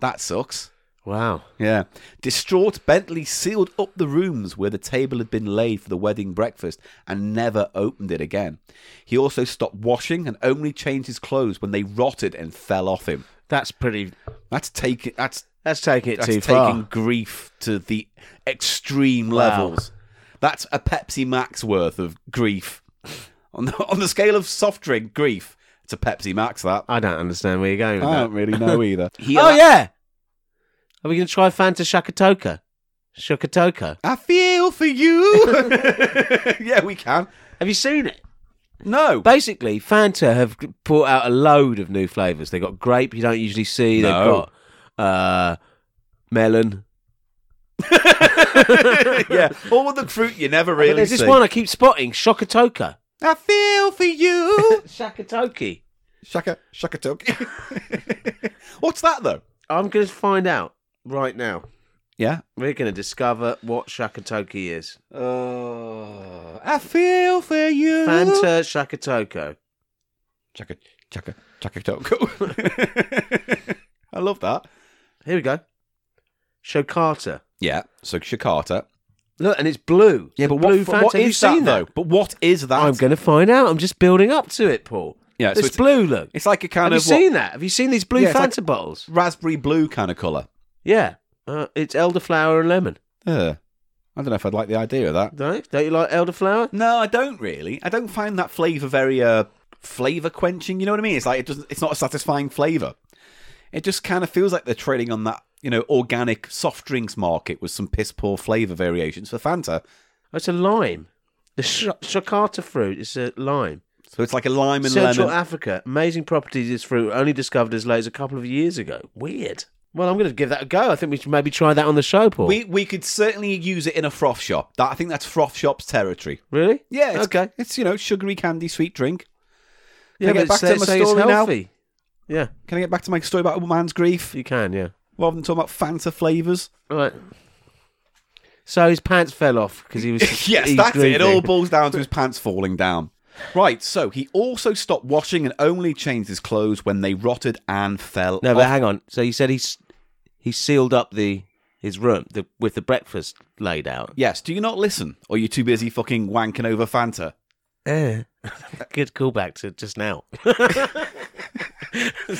A: That sucks.
B: Wow.
A: Yeah. Distraught, Bentley sealed up the rooms where the table had been laid for the wedding breakfast and never opened it again. He also stopped washing and only changed his clothes when they rotted and fell off him.
B: That's pretty.
A: That's taking that's
B: That's taking it
A: that's
B: too
A: taking
B: far.
A: grief to the extreme levels. That's a Pepsi Max worth of grief. On the, on the scale of soft drink grief, it's a Pepsi Max that.
B: I don't understand where you're going with
A: I
B: that.
A: don't really know either.
B: Oh yeah. Are we going to try Fanta Shakatoka? Shakatoka.
A: I feel for you. yeah, we can.
B: Have you seen it?
A: No.
B: Basically, Fanta have brought out a load of new flavors. They got grape you don't usually see.
A: No.
B: They've got uh, melon.
A: yeah, all the fruit you never
B: But
A: really
B: there's
A: see.
B: this one uh, I keep spotting, Shakatoka.
A: I feel for you.
B: Shakatoki.
A: Shaka, shaka toki. What's that though?
B: I'm going to find out right now.
A: Yeah.
B: We're going to discover what Shakatoki is. Uh,
A: Oh, I feel for you.
B: Fanta Shakatoko.
A: Chaka, chaka, chaka
B: Oh,
A: toko. I love that.
B: Here we go. Shokata.
A: Yeah. So Shakata.
B: Look, and it's blue.
A: Yeah, but what,
B: blue
A: f-
B: Fanta.
A: what
B: Have you
A: is that,
B: seen
A: though? But what is that?
B: I'm going to find out. I'm just building up to it, Paul.
A: Yeah, so
B: it's,
A: it's-
B: blue. Look,
A: It's like a kind
B: have you
A: of what-
B: seen that? Have you seen these blue
A: Yeah, it's like-
B: Fanta bottles?
A: raspberry blue kind of color.
B: Yeah, uh, it's elderflower and lemon.
A: Yeah. I don't know if I'd like the idea of that.
B: Don't don't you like elderflower?
A: No, I don't really. I don't find that flavour very uh, flavour quenching. You know what I mean? It's like it doesn't. It's not a satisfying flavour. It just kind of feels like they're trading on that you know organic soft drinks market with some piss poor flavour variations for Fanta.
B: Oh, it's a lime. The sh- Shokata fruit is a lime.
A: So it's like a lime and
B: Central
A: lemon.
B: Africa, amazing properties this fruit were only discovered as late as a couple of years ago. Weird. Well, I'm going to give that a go. I think we should maybe try that on the show, Paul.
A: we we could certainly use it in a froth shop. That I think that's froth shop's territory.
B: really?
A: Yeah. It's,
B: okay.
A: It's you know sugary candy sweet drink.
B: Yeah,
A: I get
B: but
A: back
B: say-
A: to my
B: say it's
A: story now?
B: healthy. Yeah,
A: Can I get back to my story about a man's grief
B: you can. Yeah.
A: rather than talking about Fanta flavours?
B: Right. So his pants fell off because he was.
A: yes,
B: he's
A: that's it. It all
B: grieving.
A: boils down to his pants falling down. Right, so he also stopped washing and only changed his clothes when they rotted and fell
B: No,
A: off.
B: but hang on. So you said he's he sealed up the his room the, with the breakfast laid out.
A: yes, do you not listen? Or are you too busy fucking wanking over Fanta?
B: Eh. Good callback to just now.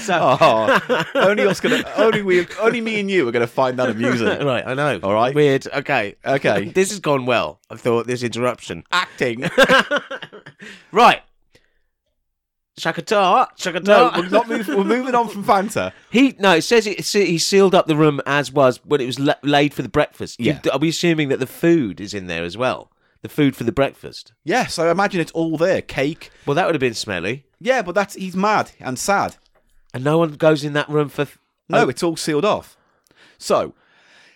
A: Oh, only us gonna, only we, only me and you are gonna find that amusing.
B: right, I know.
A: All right.
B: Weird. Okay.
A: Okay.
B: this has gone well. I thought this interruption.
A: Acting.
B: Right. Shakata. Shakata.
A: No, we're not moving. We're moving on from Fanta.
B: He no, it says it, se- he sealed up the room as was when it was la- laid for the breakfast. You-
A: Yeah.
B: are we assuming that the food is in there as well? The food for the breakfast.
A: Yeah, so imagine it's all there, cake.
B: Well, that would have been smelly,
A: Yeah, but that's he's mad and sad.
B: and no one goes in that room for.
A: No, it's all sealed off. So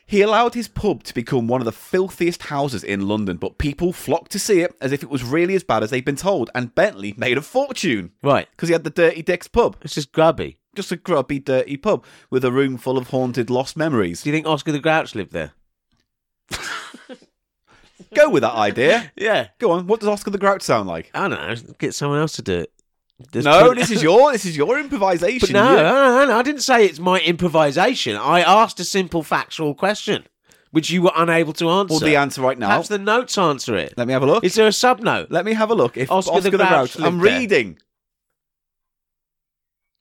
A: He allowed his pub to become one of the filthiest houses in London, but people flocked to see it as if it was really as bad as they'd been told, and Bentley made a fortune.
B: Right.
A: Because he had the Dirty Dicks pub.
B: It's just grubby.
A: Just a grubby, dirty pub with a room full of haunted, lost memories.
B: Do you think Oscar the Grouch lived there?
A: Go with that idea.
B: Yeah.
A: Go on. What does Oscar the Grouch sound like?
B: I don't know. Get someone else to do it. There's
A: No,
B: plenty-
A: this is your this is your improvisation.
B: But no,
A: You-
B: no, no, no, I didn't say it's my improvisation. I asked a simple factual question, which you were unable to answer.
A: Well, the answer right now.
B: Perhaps the notes answer it.
A: Let me have a look.
B: Is there a sub note?
A: Let me have a look. If
B: Oscar
A: Oscar,
B: the
A: the
B: Grouch
A: Grouch,
B: lived
A: I'm
B: there.
A: reading.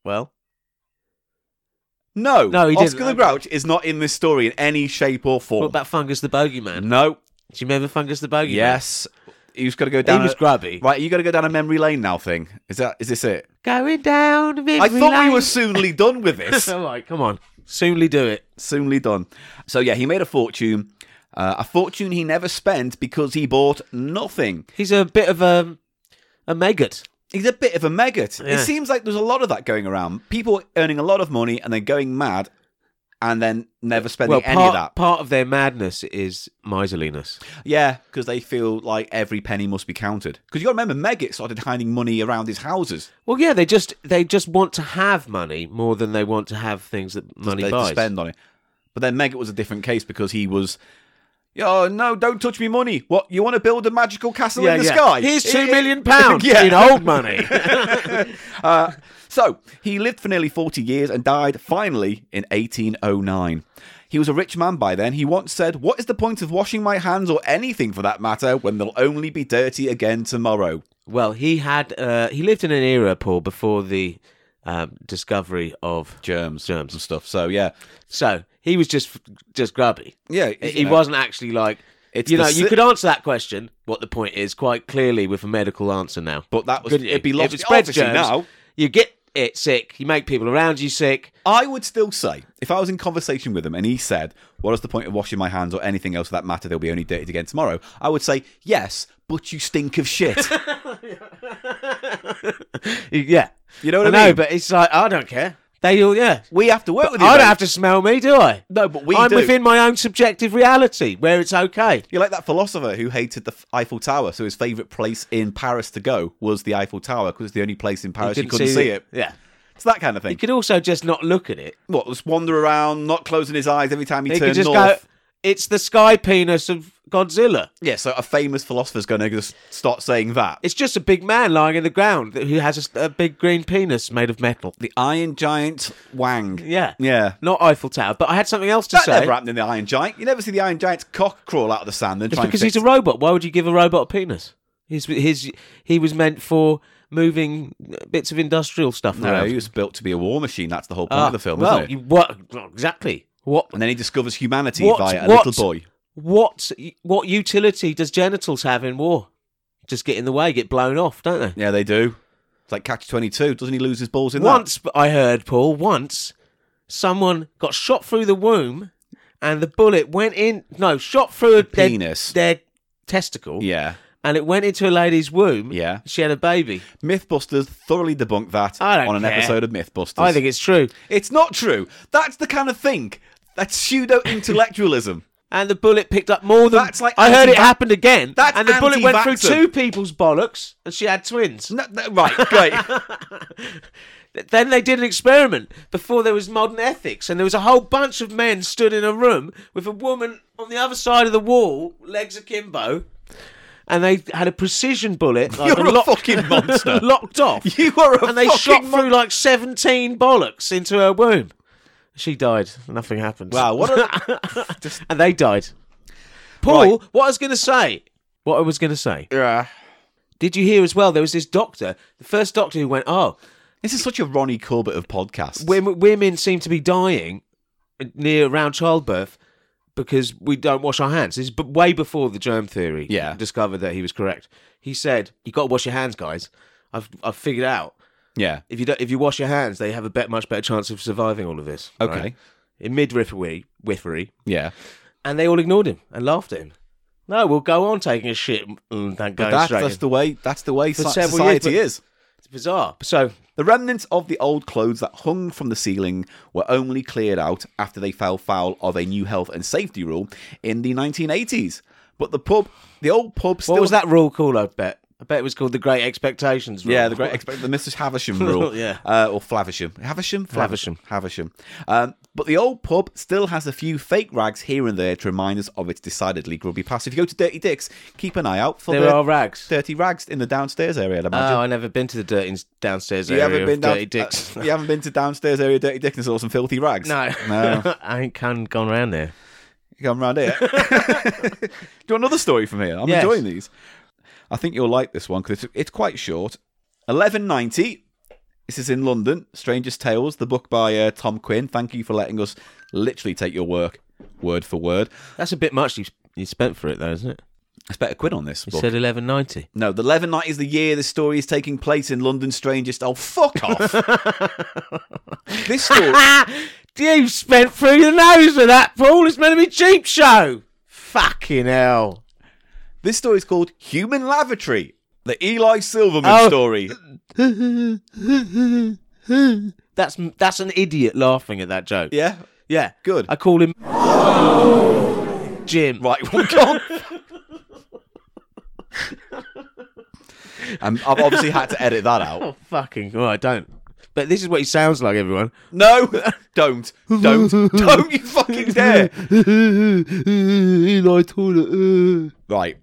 B: Well,
A: No,
B: No, he didn't.
A: Oscar the Grouch is not in this story in any shape or form.
B: what about Fungus the Bogeyman?
A: no,
B: Do you remember Fungus the Bogeyman?
A: yes, he's got to go
B: He
A: down.
B: was
A: a-
B: grubby.
A: Right, you got to go down a memory lane now. Thing is that is this it?
B: Going down memory
A: I thought
B: lane.
A: we were soonly done with this.
B: All right, come on. Soonly do it.
A: soonly done. So yeah, he made a fortune, uh, a fortune he never spent because he bought nothing.
B: He's a bit of a, a maggot.
A: He's a bit of a maggot. It
B: Yeah.
A: seems like there's a lot of that going around. People earning a lot of money and then going mad, and then never spending
B: Well,
A: any
B: part,
A: of that.
B: part of their madness is miserliness.
A: Yeah, because they feel like every penny must be counted. Because you got to remember, Meggett started hiding money around his houses
B: Well, yeah, they just they just want to have money more than they want to have things that money
A: they- to
B: buys.
A: spend on it. But then Meggett was a different case because he was, oh no, don't touch me money. What you want to build a magical castle in the sky?
B: Here's two
A: Eh,
B: million pounds
A: Yeah.
B: in old money.
A: Uh, so he lived for nearly 40 years and died finally in 1809. He was a rich man by then. He once said, What is the point of washing my hands or anything for that matter when they'll only be dirty again tomorrow?
B: well, he had uh, he lived in an era, Paul, before the um, discovery of
A: Germs,
B: Germs.
A: and stuff. So, yeah.
B: so he was just just grubby.
A: Yeah.
B: He
A: you know,
B: wasn't actually like
A: It's
B: you
A: the
B: know you
A: si-
B: could answer that question. What the point is quite clearly with a medical answer now.
A: But that was
B: couldn't you?
A: it'd be
B: If
A: lost.
B: it spreads
A: obviously
B: germs,
A: now.
B: you get it sick. You make people around you sick.
A: I would still say if I was in conversation with him and he said, "What is the point of washing my hands or anything else for that matter? They'll be only dirtied again tomorrow." I would say, "Yes, but you stink of shit."
B: yeah,
A: You know what I,
B: know,
A: mean?
B: but it's like I don't care. They all yeah.
A: we have to work with. you,
B: I
A: mate.
B: don't have to smell me, do I?
A: Oh, No, but we
B: I'm
A: do.
B: within my own subjective reality where it's okay.
A: You're like that philosopher who hated the Eiffel Tower, so his favorite place in Paris to go was the Eiffel Tower because it's the only place in Paris Oh, you couldn't, see, it.
B: Yeah.
A: It's that kind of
B: He
A: thing.
B: could also just not look at it.
A: What? Just wander around, not closing his eyes every time he,
B: He could
A: turned
B: just
A: north.
B: go, it's the sky penis of Godzilla.
A: Yeah, so a famous philosopher's going to just start saying that.
B: It's just a big man lying in the ground that- who has a s- a, big green penis made of metal.
A: the Iron Giant Wang.
B: Yeah.
A: Yeah.
B: Not Eiffel Tower. But I had something else to
A: That
B: say.
A: never happened in the Iron Giant. You never see the Iron Giant's cock crawl out of the sand and
B: It's
A: try
B: because
A: and
B: he's
A: fix
B: a robot. Why would you give a robot a penis? His, his, he was meant for moving bits of industrial stuff
A: No,
B: around.
A: he was built to be a war machine. That's the whole point
B: Ah,
A: of the film,
B: well,
A: isn't it?
B: you- what, exactly. What
A: And then he discovers humanity
B: What-
A: via a
B: what-
A: little boy.
B: what what utility does genitals have in war? Just get in the way, get blown off, don't they?
A: Yeah, they do. It's like Catch 22. Doesn't he lose his balls in that?
B: Once I heard Paul. Once someone got shot through the womb, and the bullet went in. No, shot through a their-
A: penis.
B: their, testicle.
A: Yeah.
B: and it went into a lady's womb.
A: Yeah.
B: she had a baby.
A: Mythbusters thoroughly debunked that
B: I don't
A: on an
B: care.
A: episode of Mythbusters.
B: I think it's true.
A: it's not true. That's the kind of thing. That's pseudo intellectualism.
B: And the bullet picked up more than.
A: That's like
B: I heard it
A: anti-vax-
B: happened again.
A: That's
B: and the bullet went through
A: anti-vaxxer.
B: two people's bollocks, and she had twins.
A: no, no, right, great.
B: Then they did an experiment before there was modern ethics, and there was a whole bunch of men stood in a room with a woman on the other side of the wall, legs akimbo, and they had a precision bullet. Like,
A: You're a
B: lock-
A: fucking monster.
B: locked off.
A: You are a
B: and they
A: fucking
B: shot
A: mon-
B: through like 17 bollocks into her womb. She died. Nothing happened.
A: Wow, what a.
B: and they died. Paul,
A: Right.
B: what I was going to say. What I was going to say.
A: yeah.
B: Did you hear as well? There was this doctor, the first doctor who went, oh,
A: This is such a Ronnie Corbett of podcasts.
B: women, women seem to be dying near around childbirth because we don't wash our hands. This is b- way before the germ theory
A: Yeah.
B: discovered that he was correct. He said, "You got to wash your hands, guys. I've I've figured out
A: yeah.
B: if you don't, if you wash your hands, they have a bet, much better chance of surviving all of this."
A: Okay.
B: right? in midwifery, whiffery,
A: Yeah.
B: and they all ignored him and laughed at him. No, we'll go on taking a shit and then going
A: That's,
B: straight.
A: that's
B: in."
A: the way. That's the way
B: For
A: so-
B: several
A: society
B: years, but-
A: is.
B: it's bizarre. So
A: The remnants of the old clothes that hung from the ceiling were only cleared out after they fell foul of a new health and safety rule in the 1980s. But the pub, the old pub, still
B: What was that rule called? I bet. I bet it was called the Great Expectations. Rule.
A: Yeah, the great expect the Mrs. Havisham rule.
B: Oh. Yeah.
A: Uh, or Flavisham. Havisham?
B: Flavisham.
A: Havisham. Um, but the old pub still has a few fake rags here and there to remind us of its decidedly grubby past. If you go to Dirty Dick's, keep an eye out for
B: There
A: the
B: are rags.
A: dirty rags in the downstairs area, I'd imagine.
B: Oh, I never been to the dirty downstairs
A: you
B: area
A: haven't been
B: of
A: down-
B: Dirty Dicks.
A: uh, you haven't been to downstairs area Dirty Dick's and saw some filthy rags.
B: no,
A: No.
B: I ain't can gone round there.
A: You come round here. Do you want another story from here? I'm
B: Yes.
A: enjoying these. I think you'll like this one because it's, it's quite short. 1190. This is in London. Strangest Tales, the book by uh, Tom Quinn. Thank you for letting us literally take your work word for word.
B: That's a bit much you, you spent for it, though, isn't it?
A: I spent a quid on this
B: You
A: book.
B: said eleven ninety.
A: no, the 1190 is the year the story is taking place in London's Strangest. Oh, fuck off. this story.
B: You spent through the nose with that, Paul. It's meant to be cheap show. Fucking hell.
A: This story is called Human Lavatory, the Eli Silverman
B: Oh.
A: story.
B: That's that's an idiot laughing at that joke.
A: Yeah,
B: yeah.
A: good.
B: I call him Jim.
A: Right, we're gone. um, I've obviously had to edit that out.
B: Oh, fucking. Oh, I don't. But this is what he sounds like, everyone.
A: No, don't, don't, don't you fucking dare.
B: Eli toilet.
A: Right,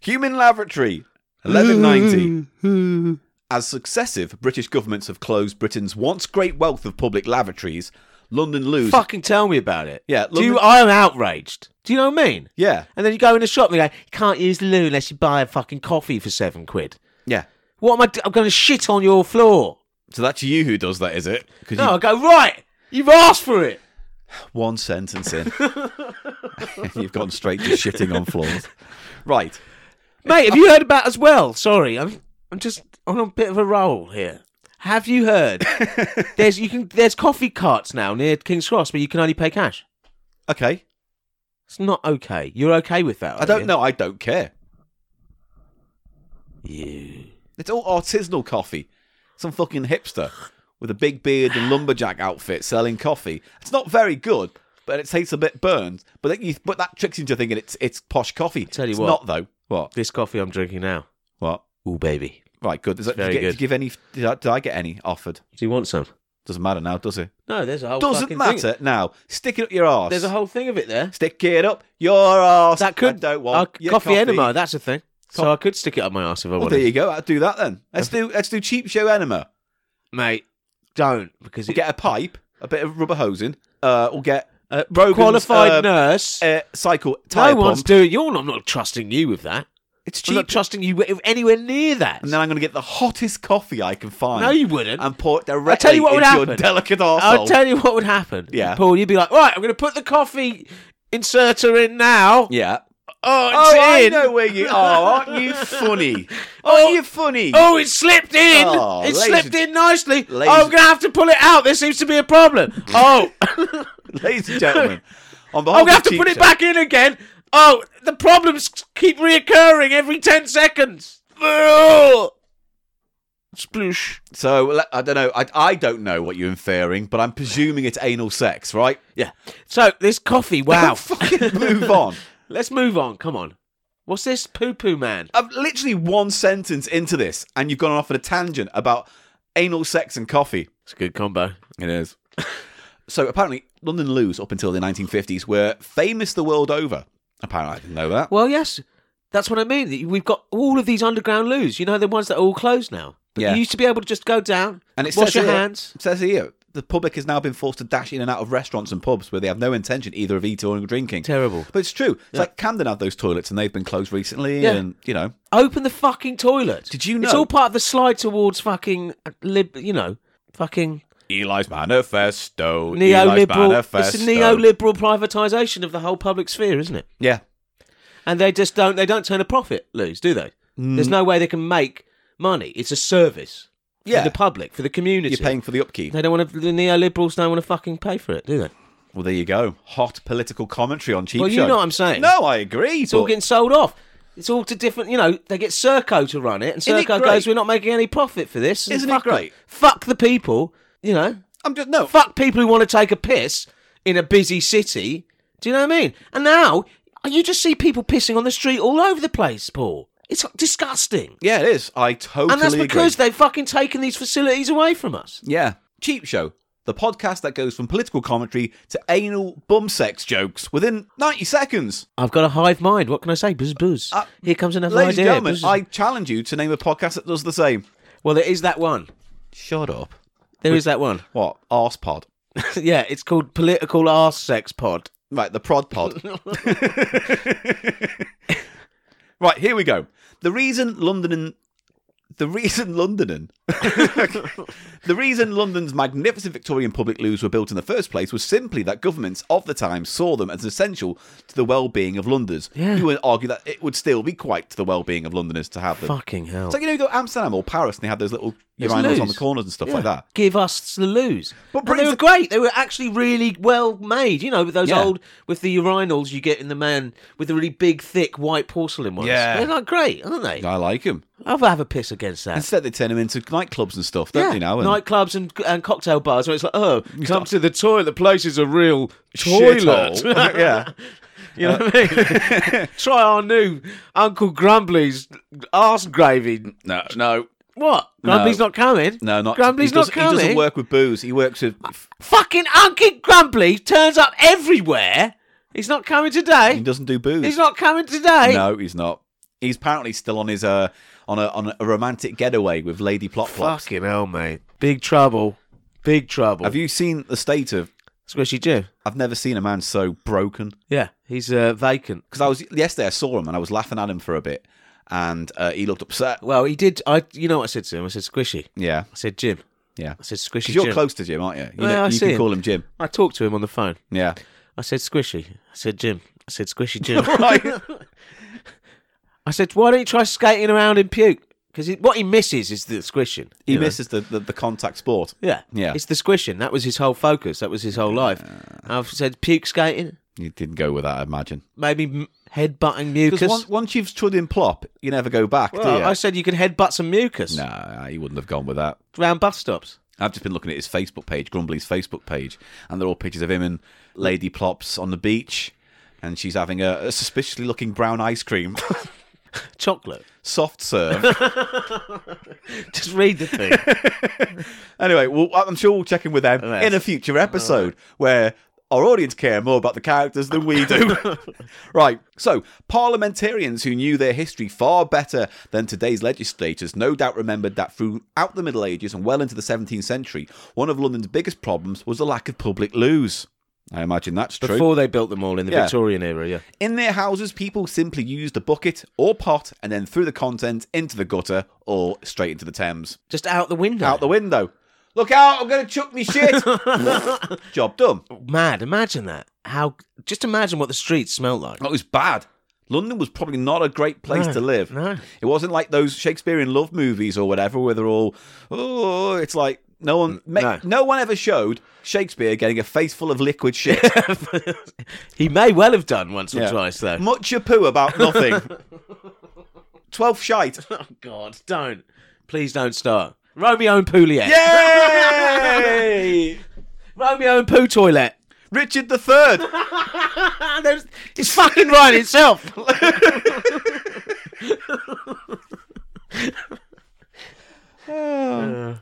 A: Human Laboratory, 1190. As successive British governments have closed Britain's once great wealth of public lavatories, London lose.
B: Fucking tell me about it.
A: Yeah,
B: Do you,
A: London-
B: I'm outraged. Do you know what I mean?
A: Yeah,
B: And then you go in the shop and you go, you can't use the loo unless you buy a fucking coffee for seven quid.
A: yeah.
B: What am I? Do- I'm going to shit on your floor.
A: So that's you who does that, is it? 'Cause
B: No, I go right. You've asked for it.
A: one sentence in. You've gone straight to shitting on floors. Right.
B: Mate, have you heard about as well? Sorry, I'm I'm just on a bit of a roll here. Have you heard? there's you can there's coffee carts now near King's Cross where you can only pay cash.
A: Okay.
B: It's not okay. You're okay with that?
A: I don't know. I don't care.
B: You.
A: It's all artisanal coffee. Some fucking hipster with a big beard and lumberjack outfit selling coffee. It's not very good, but it tastes a bit burned. But that, you, but that tricks you into thinking it's it's posh coffee.
B: tell you
A: it's
B: what.
A: not though. What?
B: This coffee I'm drinking now.
A: What?
B: Ooh, baby.
A: Right. Good. Does that, did, you
B: Very
A: get, did
B: good.
A: you give any? Did I, did I get any offered?
B: Do you want some?
A: Doesn't matter now, does it?
B: No, there's a whole.
A: Doesn't
B: fucking
A: matter
B: Thing.
A: now. Stick it up your arse.
B: There's a whole thing of it there.
A: Stick it up your arse.
B: That could
A: I don't want
B: uh,
A: your
B: coffee, enema. That's a thing.
A: Co-
B: so I could stick it up my ass if I
A: Well,
B: wanted,
A: there you go. I'll do that then. Let's do let's do cheap show enema.
B: mate. Don't because
A: We'll
B: it,
A: get a pipe, a bit of rubber hosing. Uh, we'll get uh, Rogan's,
B: qualified
A: uh,
B: nurse.
A: uh, cycle tire
B: no one's
A: pump.
B: doing. You're not. I'm not trusting you with that.
A: it's
B: I'm
A: cheap.
B: not trusting you with- anywhere near that.
A: and then I'm going to get the hottest coffee I can find.
B: No, you wouldn't.
A: And pour it directly
B: I'll tell you what would
A: into your
B: happen.
A: delicate
B: I'll
A: arsehole.
B: tell you what would happen.
A: Yeah.
B: Paul, you'd be like, right, I'm going to put the coffee inserter in now.
A: yeah.
B: Oh, it's
A: Oh, I
B: in.
A: know where you are. Aren't you funny?
B: Oh,
A: Aren't you funny?
B: Oh, it slipped in.
A: Oh,
B: it
A: ladies
B: slipped
A: and-
B: in nicely. Oh,
A: Ladies
B: I'm
A: and-
B: going to have to pull it out. There seems to be a problem. Oh, I'm
A: Ladies and gentlemen, on behalf
B: going to
A: of
B: have to
A: Cheap
B: put it
A: Show-
B: back in again. Oh, the problems keep reoccurring every 10 seconds. Ugh. Sploosh.
A: So le- I don't know. I, I don't know what you're inferring, but I'm presuming it's anal sex, right?
B: Yeah. So, this coffee, wow.
A: Fucking move on.
B: Let's move on. Come on. What's this poo poo man?
A: I'm literally one sentence into this, and you've gone off on a tangent about anal sex and coffee.
B: It's a good combo.
A: It is. so apparently, London loos up until the 1950s were famous the world over. Apparently, I didn't know that.
B: Well, yes, that's what I mean. that We've got all of these underground loos. You know, the ones that are all closed now. But
A: Yeah.
B: you used to be able to just go down
A: And it
B: wash
A: says
B: your
A: here-
B: hands.
A: It says here the public has now been forced to dash in and out of restaurants and pubs where they have no intention either of eating or drinking.
B: Terrible.
A: But it's true. It's like Camden have those toilets, and they've been closed recently,
B: Yeah.
A: and you know.
B: Open the fucking toilet.
A: Did you
B: It's
A: know-
B: all part of the slide towards fucking lib. You know, fucking
A: Eli's manifesto. Eli's
B: neoliberal.
A: manifesto.
B: It's a neoliberal privatisation of the whole public sphere, isn't it?
A: Yeah.
B: And they just don't. They don't turn a profit, loos, do they?
A: Mm.
B: There's no way they can make money. It's a service.
A: Yeah.
B: For the public, for the community.
A: You're paying for the upkeep.
B: They don't want to. The neoliberals don't want to fucking pay for it, do they?
A: Well, there you go. Hot political commentary on cheap
B: Well, you
A: show.
B: know what I'm saying.
A: No, I agree.
B: It's all
A: but
B: getting sold off. It's all to different, you know. They get Serco to run it, and
A: Isn't it
B: Serco
A: great?
B: goes, "We're not making any profit for this." and
A: Isn't it
B: fuck
A: great?
B: Fuck the people, you know.
A: I'm just no.
B: Fuck people who want to take a piss in a busy city. Do you know what I mean? And now you just see people pissing on the street all over the place, Paul. It's disgusting,
A: Yeah, it is. I totally
B: and that's
A: agree.
B: because they've fucking taken these facilities away from us.
A: Yeah. Cheap Show, the podcast that goes from political commentary to anal bum sex jokes within 90 seconds.
B: I've got a hive mind. What can I say? Buzz, buzz.
A: Uh,
B: Here comes another
A: Ladies
B: idea.
A: and gentlemen,
B: Buzz.
A: I challenge you to name a podcast that does the same.
B: Well, there is that one.
A: Shut up.
B: There is that one.
A: What? Arse pod.
B: yeah, it's called Political Arse Sex Pod.
A: Right, the prod pod. right, here we go. The reason London and the reason London the reason London's magnificent Victorian public loos were built in the first place was simply that governments of the time saw them as essential to the well-being of Londoners. You would argue that it would still be quite to the well-being of Londoners to have them.
B: Fucking hell.
A: It's like you know, you go to Amsterdam or Paris and they have those little
B: There's
A: urinals on the
B: loos.
A: corners and stuff like that.
B: Give us the lose.
A: But
B: But
A: brings
B: they were
A: the-
B: great. They were actually really well made. You know, with those
A: Yeah.
B: old with the urinals you get in the man with the really big, thick white porcelain ones.
A: Yeah.
B: they're like great, aren't they?
A: I like them.
B: I'll have a piss against that.
A: Instead, they turn them into nightclubs and stuff, don't
B: yeah,
A: they? Now, and
B: nightclubs and, and cocktail bars where it's like, oh, come to the toilet. The place is a real
A: shithole.
B: toilet.
A: yeah.
B: You know what I mean? Try our new Uncle Grumbly's arse gravy.
A: No, no,
B: What? Grumbly's not coming.
A: no, not.
B: Grumbly's
A: he
B: not
A: doesn't-
B: coming.
A: He doesn't work with booze. He works with.
B: Fucking Uncle Grumbly turns up everywhere. He's not coming
A: He
B: today.
A: doesn't do booze.
B: He's not coming today.
A: No, he's not. He's apparently still on his uh on a on a romantic getaway with Lady Plot Plot.
B: Fucking hell, mate. Big trouble. Big trouble.
A: Have you seen the state of?
B: Squishy Jim?
A: I've never seen a man so broken.
B: Yeah, he's uh, vacant.
A: Because I was yesterday, I saw him and I was laughing at him for a bit, and uh, he looked upset.
B: Well, he did. I. You know what I said to him? I said Squishy.
A: Yeah,
B: I said Jim.
A: yeah.
B: I said Squishy.
A: Because you're
B: Jim."
A: close to Jim, aren't you? You,
B: Well, I
A: you
B: see
A: can
B: him.
A: call him Jim.
B: I talked to him on the phone.
A: Yeah.
B: I said Squishy. I said Jim. I said Squishy Jim.
A: Right.
B: I said, why don't you try skating around in puke? Because what he misses is the squishing.
A: He
B: you know?
A: misses the, the, the contact sport.
B: Yeah.
A: Yeah.
B: It's the squishing. That was his whole focus. That was his whole life. I've said puke skating,
A: He didn't go with that, I imagine.
B: maybe m- headbutting
A: Because
B: mucus.
A: once, once you've stood in plop, you never go back, do
B: Well,
A: you?
B: I said you can headbutt some mucus
A: No, he wouldn't have gone with that.
B: round bus stops.
A: I've just been looking at his Facebook page, Grumbly's Facebook page, and they're all pictures of him and Lady Plops on the beach, and she's having a, a suspiciously looking brown ice cream,
B: Chocolate.
A: soft serve.
B: Just read the thing.
A: anyway, well, I'm sure we'll check in with them in a future episode where our audience care more about the characters than we do. right, so parliamentarians who knew their history far better than today's legislators no doubt remembered that throughout the Middle Ages and well into the 17th century, one of London's biggest problems was the lack of public loos. I imagine that's true.
B: Before they built them all in the
A: Yeah.
B: Victorian era, yeah.
A: In their houses, people simply used a bucket or pot and then threw the contents into the gutter or straight into the Thames.
B: Just out the window.
A: Out the window. Look out, I'm going to chuck me shit. Job done.
B: Mad. Imagine that. How? Just imagine what the streets smelled like.
A: That was bad. London was probably not a great place to live.
B: no.
A: It wasn't like those Shakespearean love movies or whatever where they're all, oh, it's like no one, ma- no.
B: no.
A: one ever showed Shakespeare getting a face full of liquid shit.
B: he may well have done once or
A: Yeah.
B: twice, though.
A: Much a poo about nothing. Twelfth shite.
B: Oh God, don't. Please don't start. Romeo and Juliet.
A: Yay!
B: Romeo and Poo Toilet.
A: Richard the Third.
B: Ah, there's- it's fucking right itself. Uh,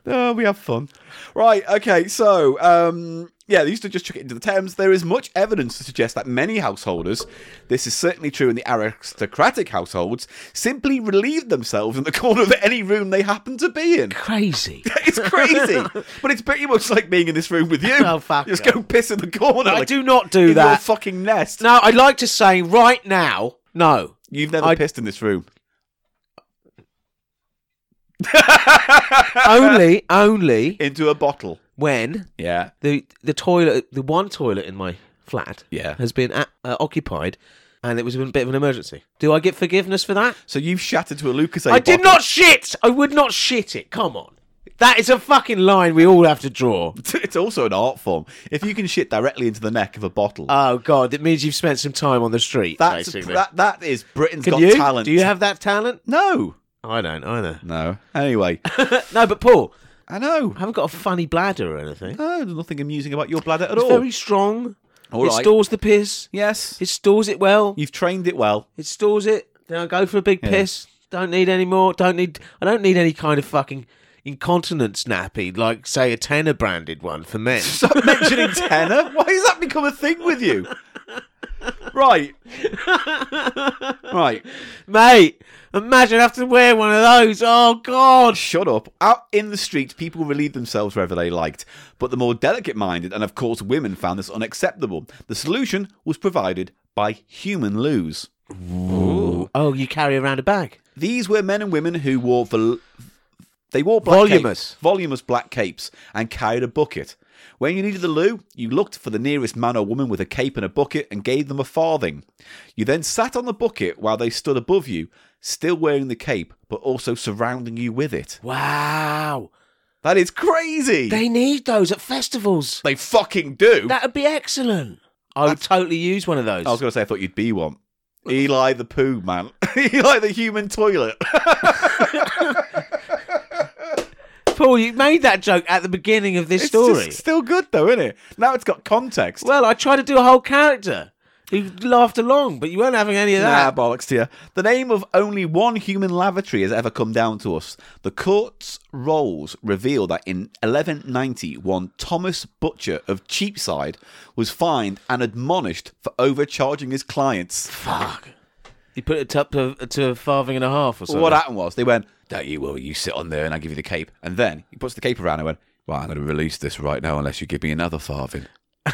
A: Oh, we have fun. Right, okay, so um yeah, they used to just chuck it into the Thames. There is much evidence to suggest that many householders, this is certainly true in the aristocratic households, simply relieved themselves in the corner of any room they happened to be in.
B: Crazy.
A: It's crazy, but it's pretty much like being in this room with you.
B: Oh, fuck
A: Just
B: yeah.
A: go piss in the corner.
B: I
A: like,
B: do not
A: in
B: do
A: Your
B: that.
A: fucking nest.
B: No, I'd like to say right now, no.
A: You've never
B: I-
A: pissed in this room.
B: only, only
A: Into a bottle.
B: when
A: Yeah.
B: the the toilet, the one toilet in my flat,
A: Yeah.
B: has been a- uh, occupied, and it was a bit of an emergency. Do I get forgiveness for that?
A: So you've shattered to a Lucas.
B: I did not shit. I would not shit it. Come on. That is a fucking line we all have to draw.
A: It's also an art form. If you can shit directly into the neck of a bottle,
B: Oh god, it means you've spent some time on the street.
A: that's
B: basically.
A: that, that is Britain's
B: Can
A: Got
B: you?
A: Talent.
B: Do you have that talent?
A: No,
B: I don't either.
A: no. Anyway,
B: no, but Paul,
A: I know.
B: I haven't got a funny bladder or anything.
A: No, there's nothing amusing about your bladder at
B: It's
A: all.
B: very strong.
A: All
B: it
A: right.
B: stores the piss.
A: Yes,
B: It stores it well.
A: you've trained it well.
B: It stores it. Then I go for a big piss. Don't need any more. Don't need. I don't need any kind of fucking incontinence nappy like say a tenner branded one for men.
A: Stop mentioning tenor. Why has that become a thing with you? Right, right.
B: Mate, imagine having to wear one of those. Oh god.
A: Shut up. Out in the street, people relieved themselves wherever they liked, but the more delicate minded and, of course, women found this unacceptable. The solution was provided by human loos.
B: Oh, you carry around a bag.
A: These were men and women who wore vol- they wore black
B: Voluminous.
A: capes, voluminous black capes and carried a bucket. When you needed the loo, you looked for the nearest man or woman with a cape and a bucket and gave them a farthing. You then sat on the bucket while they stood above you, still wearing the cape but also surrounding you with it.
B: Wow.
A: That is crazy.
B: They need those at festivals.
A: They fucking do.
B: That would be excellent. I would Oh, totally use one of those.
A: I was going to say I thought you'd be one. Eli the poo man. Eli the human toilet.
B: Paul, you made that joke at the beginning of this
A: It's
B: story.
A: just still good though, isn't it? Now it's got context.
B: Well, I tried to do a whole character. You laughed along, but you weren't having any of
A: Nah,
B: that.
A: bollocks to you. The name of only one human lavatory has ever come down to us. The court's rolls reveal that in 1191, Thomas Butcher of Cheapside was fined and admonished for overcharging his clients.
B: Fuck. You put it up to, to a farthing and a half or something.
A: What happened was they went, "Don't you will you sit on there and I give you the cape." And then he puts the cape around and went, "Well, I'm going to release this right now unless you give me another farthing."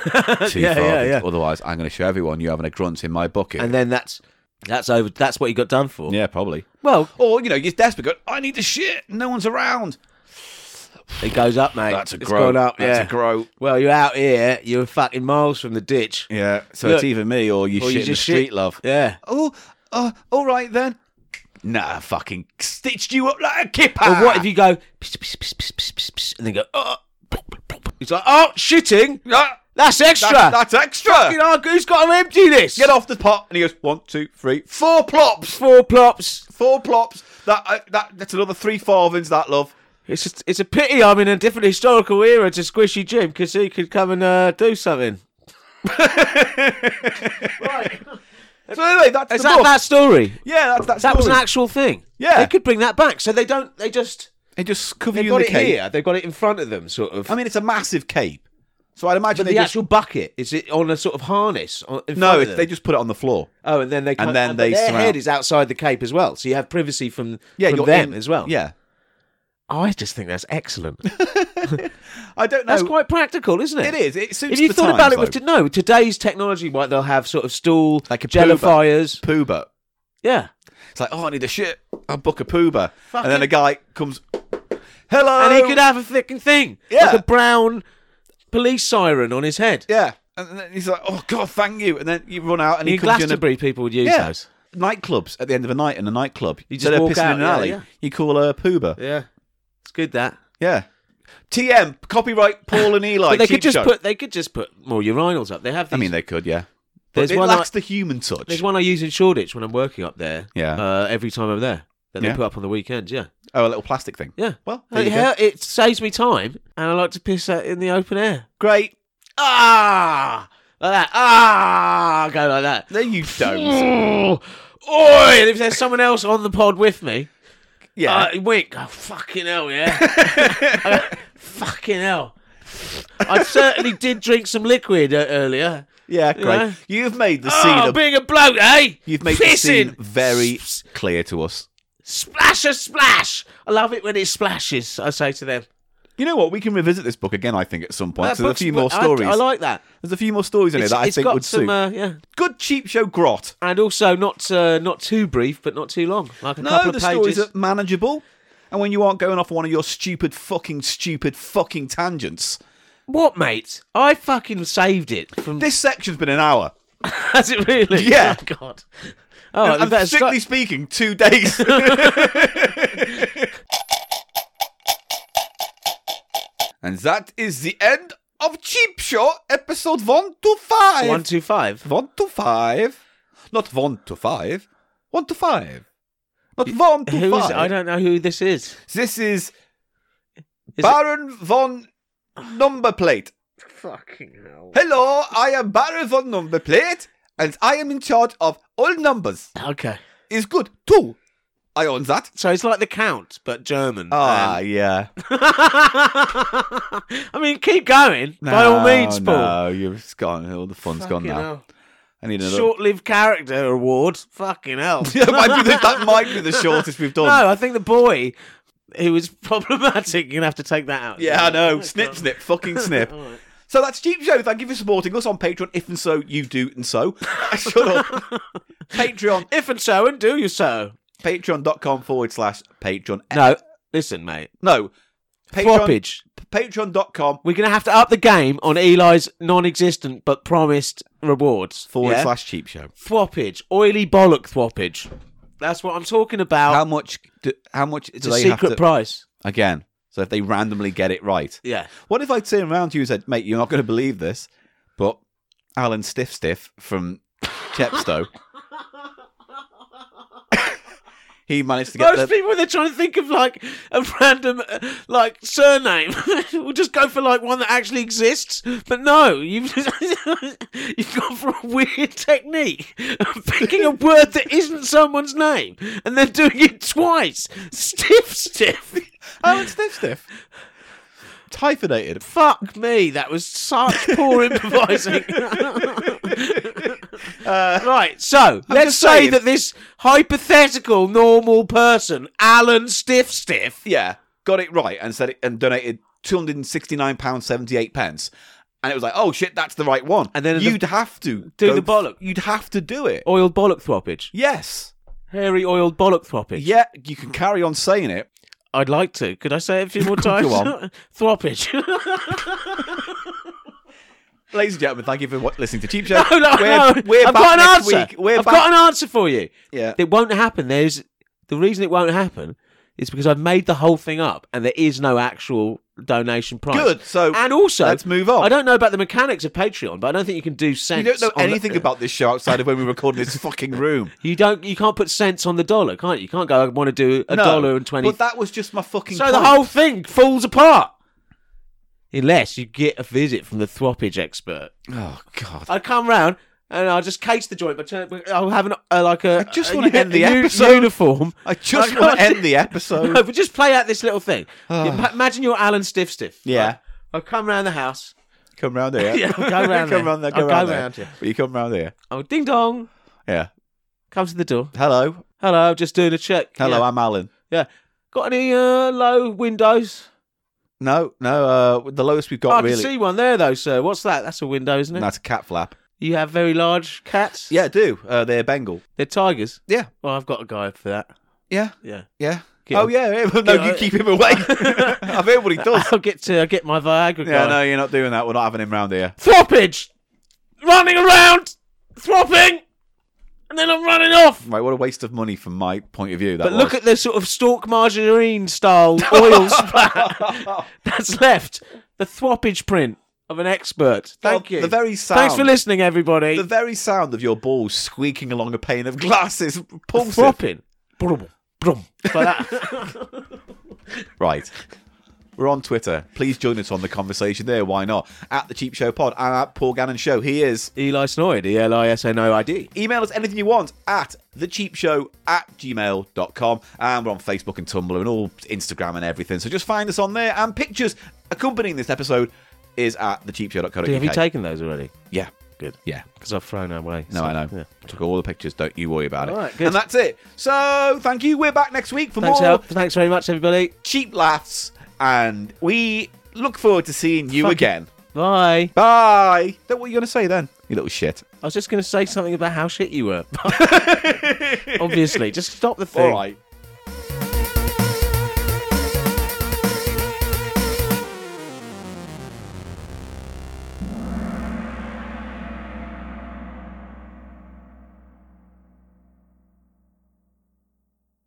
A: Two
B: Yeah, yeah,
A: farthings.
B: yeah.
A: Otherwise, I'm going to show everyone you're having a grunt in my bucket.
B: and then that's that's over. That's what you got done for.
A: yeah, probably.
B: Well,
A: Or, you know, you're desperate, going, I need to shit. No one's around.
B: it goes up, mate.
A: That's a
B: It's
A: groat.
B: gone up.
A: That's a
B: yeah.
A: groat.
B: Well, you're out here. You're fucking miles from the ditch.
A: Yeah. So
B: Look.
A: it's either me or you
B: Or
A: shit
B: you
A: in
B: just
A: the street,
B: shit.
A: love.
B: Yeah.
A: Oh, uh, all right then. Nah, fucking stitched you up like a kipper.
B: Or what if you go "Pss, pss, pss, pss, pss, pss, pss," and then go? Oh, it's like oh shitting.
A: Ah,
B: That's extra.
A: that's, that's extra.
B: Fucking hell, who's got to empty this?
A: Get off the pot. And he goes, one, two, three, four plops.
B: Four plops.
A: Four plops. That, uh, that That's another three farthings, that, love.
B: It's a, it's a pity I'm in a different historical era to Squishy Jim because he could come and uh, do something.
A: So anyway, that's
B: Is
A: the
B: that
A: book.
B: that story?
A: Yeah, that's, that's
B: That was an
A: story.
B: actual thing.
A: Yeah.
B: they could bring that back. So they don't. They just
A: They just cover
B: they've
A: you in
B: got
A: the
B: it
A: cape.
B: here. They've got it in front of them, sort of.
A: I mean, it's a massive cape. So I'd imagine
B: but
A: they
B: the
A: just...
B: actual bucket is it on a sort of harness? On, in
A: No,
B: front of
A: it,
B: them?
A: they just put it on the floor.
B: Oh, and then they can't-
A: then
B: but
A: they
B: their
A: surround-
B: head is outside the cape as well, so you have privacy from
A: Yeah,
B: from
A: you're
B: them
A: in-
B: as well.
A: Yeah,
B: I just think that's excellent.
A: I don't know.
B: That's quite practical, isn't it?
A: It is. It suits
B: If you
A: the
B: thought
A: times,
B: about it with
A: though.
B: to, no today's technology, right? They'll have sort of stool
A: Like a poo
B: gelifiers.
A: pooba.
B: Yeah,
A: It's like, oh, I need a shit. I'll book a pooba, and then
B: it.
A: a guy comes. Hello,
B: and he could have a fucking thing,
A: Oh. Yeah.
B: like a brown police siren on his head.
A: yeah, and then he's like, oh god, thank you, and then you run out and he
B: In
A: comes in. A,
B: Glastonbury, people would use
A: yeah,
B: those.
A: nightclubs at the end of a night in a nightclub. You
B: just walk
A: pissing
B: out,
A: in an
B: yeah,
A: alley.
B: yeah.
A: You call her a pooba. Yeah.
B: Yeah, it's good that.
A: TM copyright Paul and Eli.
B: But they
A: cheap
B: could just
A: show.
B: put they could just put more urinals up. They have. These,
A: I mean, they could, yeah.
B: There's
A: But it
B: one
A: lacks
B: I-
A: the human touch.
B: there's one I use in Shoreditch when I'm working up there.
A: Yeah.
B: uh, every time I'm there. That they
A: Yeah.
B: put up on the weekends, yeah,
A: Oh, a little plastic thing.
B: yeah.
A: Well, there
B: it,
A: you go.
B: hel- it saves me time, and I like to piss out in the open air.
A: Great.
B: Ah, like that. Ah, go like that.
A: No, you don't.
B: Oh, oi! And if there's someone else on the pod with me,
A: yeah.
B: uh, wink. Oh, fucking hell, yeah. Uh, fucking hell. I certainly did drink some liquid uh, earlier.
A: Yeah, great.
B: Yeah.
A: You've made the scene.
B: Oh,
A: of,
B: being a bloke, eh?
A: you've made the
B: Pissing.
A: scene very
B: S-
A: clear to us.
B: Splash a splash. I love it when it splashes, I say to them.
A: You know what? We can revisit this book again. I think at some point.
B: That
A: So there's a
B: Uh, book's-
A: few more
B: I-
A: stories.
B: I, like that.
A: There's a few more stories in here
B: It's,
A: that I
B: it's
A: think
B: got
A: would
B: some,
A: suit.
B: Uh, yeah.
A: Good cheap show grot.
B: And also not uh, not too brief, but not too long. Like a
A: No,
B: couple
A: the
B: of pages.
A: stories are manageable. And when you aren't going off one of your stupid, fucking, stupid, fucking tangents,
B: What, mate? I fucking saved it from.
A: this section's been an hour.
B: Has it really?
A: Yeah.
B: Oh, God. Oh,
A: and
B: you better
A: strictly
B: start-
A: speaking, two days. And that is the end of Cheap Show episode 1 to 5.
B: One, two, five.
A: 1 to 5. Not 1 to 5. 1 to 5. Not 1 to
B: Who's?
A: 5.
B: I don't know who this is.
A: This is,
B: Is
A: Baron von Number Plate.
B: Fucking hell.
A: Hello, I am Baron von Number Plate, and I am in charge of all numbers.
B: Okay.
A: Is good too. I own that.
B: So it's like the Count, but German. Um,
A: Ah, yeah.
B: I mean, keep going by all means, Paul.
A: No, you've gone. All the fun's gone
B: Fucking
A: now.
B: hell.
A: I need another.
B: Short-lived character award. Fucking hell.
A: that, might be the, that might be the shortest we've done.
B: No, I think the boy who was problematic, you're gonna have to take that out.
A: Yeah, I know. Snip, snip, fucking snip. So that's Cheap Show. Thank you for supporting us on Patreon. If and so you do and so. Shut up. Patreon.
B: If and so, and do you so.
A: Patreon.com forward slash Patreon.
B: No, listen, mate.
A: No. Patreon,
B: Floppage.
A: patreon.com
B: We're gonna have to up the game on Eli's non-existent but promised rewards.
A: forward
B: yeah?
A: slash Cheap Show.
B: thwoppage, oily bollock thwoppage. That's what I'm talking about.
A: How much do, how much do
B: Oh. it's a
A: they
B: secret
A: have to...
B: price.
A: Again. So if they randomly get it right.
B: Yeah.
A: What if I turn around to you and said, mate, you're not going to believe this, but Alan Stiff Stiff from Chepstow, he managed to get
B: Most
A: the...
B: people, they're trying to think of like a random uh, like surname. we'll just go for like one that actually exists. But no, you've you've gone for a weird technique of picking a word that isn't someone's name and then doing it twice. Stiff, stiff.
A: Alan Stiff Stiff. Typhonated.
B: Fuck me, that was such poor improvising. right, so let's
A: Uh, just
B: say
A: saying-
B: that this hypothetical normal person, Alan Stiff Stiff,
A: Yeah, got it right and said it and donated two hundred and sixty nine pounds seventy eight pence. And it was like, oh shit, that's the right one.
B: And then the-
A: you'd have to
B: Do
A: go-
B: the bollock.
A: You'd have to do it.
B: oiled bollock thwoppage.
A: Yes.
B: Hairy oiled bollock throppage.
A: Yeah, you can carry on saying it.
B: I'd like to. Could I say it a few more times?
A: on.
B: throppage. no,
A: Ladies and gentlemen, thank you for wa- listening to Cheap Show.
B: no,
A: we're,
B: no.
A: we're
B: I've
A: back
B: got an
A: next
B: answer.
A: week. We're
B: I've
A: back.
B: got an answer for you.
A: Yeah.
B: It won't happen. There's the reason it won't happen is because I've made the whole thing up and there is no actual donation price.
A: Good. So
B: and also
A: let's move on.
B: I don't know about the mechanics of Patreon, but I don't think you can do
A: you
B: cents.
A: don't know
B: on the-
A: anything about this show outside of when we record in this fucking room.
B: You don't. You can't put cents on the dollar, can't you? You can't go. I want to do a
A: No,
B: dollar and twenty.
A: But that was just my fucking.
B: So the
A: point.
B: whole thing falls apart. Unless you get a visit from the throppage expert.
A: Oh god.
B: I come round and I'll just case the joint, but turn, I'll have an, uh, like a.
A: I just
B: a-
A: wanna
B: a
A: end the
B: u-
A: episode.
B: Uniform.
A: I just
B: I
A: want
B: can't
A: to
B: do-
A: end the episode.
B: No, but just play out this little thing. Yeah, Imagine you're Alan Stiff Stiff.
A: Yeah.
B: right? I'll come round the house.
A: Come round here.
B: Yeah, I'll go round
A: come
B: there.
A: round there.
B: I'll
A: Come
B: go
A: round there.
B: round here.
A: But you come round here.
B: Oh, ding dong.
A: Yeah.
B: Comes to the door.
A: Hello.
B: Hello, just doing a check.
A: Hello,
B: Yeah.
A: I'm Alan.
B: yeah. Got any uh, low windows?
A: No, no. Uh, the lowest we've
B: Oh, I
A: got really.
B: can see one there, though, sir. What's that? That's a window, isn't it?
A: That's a cat flap.
B: You have very large cats?
A: Yeah, I do. Uh, they're Bengal.
B: They're tigers?
A: Yeah.
B: Well, I've got a guy for that.
A: Yeah.
B: Yeah.
A: Yeah.
B: Get
A: oh
B: a-
A: yeah. yeah.
B: get
A: No,
B: a-
A: you keep him away. I've heard what he does.
B: I'll get to I'll get my Viagra
A: Yeah,
B: guy.
A: no, you're not doing that. We're not having him round here.
B: Throppage! Running around! Thropping! And then I'm running off!
A: Right, what a waste of money from my point of view. That
B: But look at the sort of stalk margarine style oil splat that's left. The throppage print of an expert. Thank
A: Well,
B: you.
A: the very
B: Thanks for
A: sound-
B: listening, everybody.
A: the very sound of your balls squeaking along a pane of glass is pulsing.
B: thropping. Brum, brum. Like that.
A: Right. We're on Twitter. Please join us on the conversation there. Why not? At the Cheap Show Pod and at Paul Gannon Show. He is.
B: Eli Snoid, E L I S N O I D.
A: Email us anything you want at thecheapshow at gmail.com. And we're on Facebook and Tumblr and all Instagram and everything. So just find us on there. And pictures accompanying this episode is at thecheapshow.co.uk.
B: Have you taken those already?
A: yeah.
B: Good.
A: Yeah.
B: Because I've thrown away.
A: No,
B: so,
A: I know.
B: yeah.
A: Took all the pictures. Don't you worry about it.
B: All right, good.
A: And that's it. So thank you. We're back next week for
B: Thanks,
A: more
B: Al. Thanks very much, everybody.
A: cheap laughs. And we look forward to seeing you
B: Fuck it.
A: again.
B: Bye.
A: Bye. Then what are you going to say then? You little shit.
B: I was just going to say something about how shit you were. Obviously, just stop the thing.
A: All right.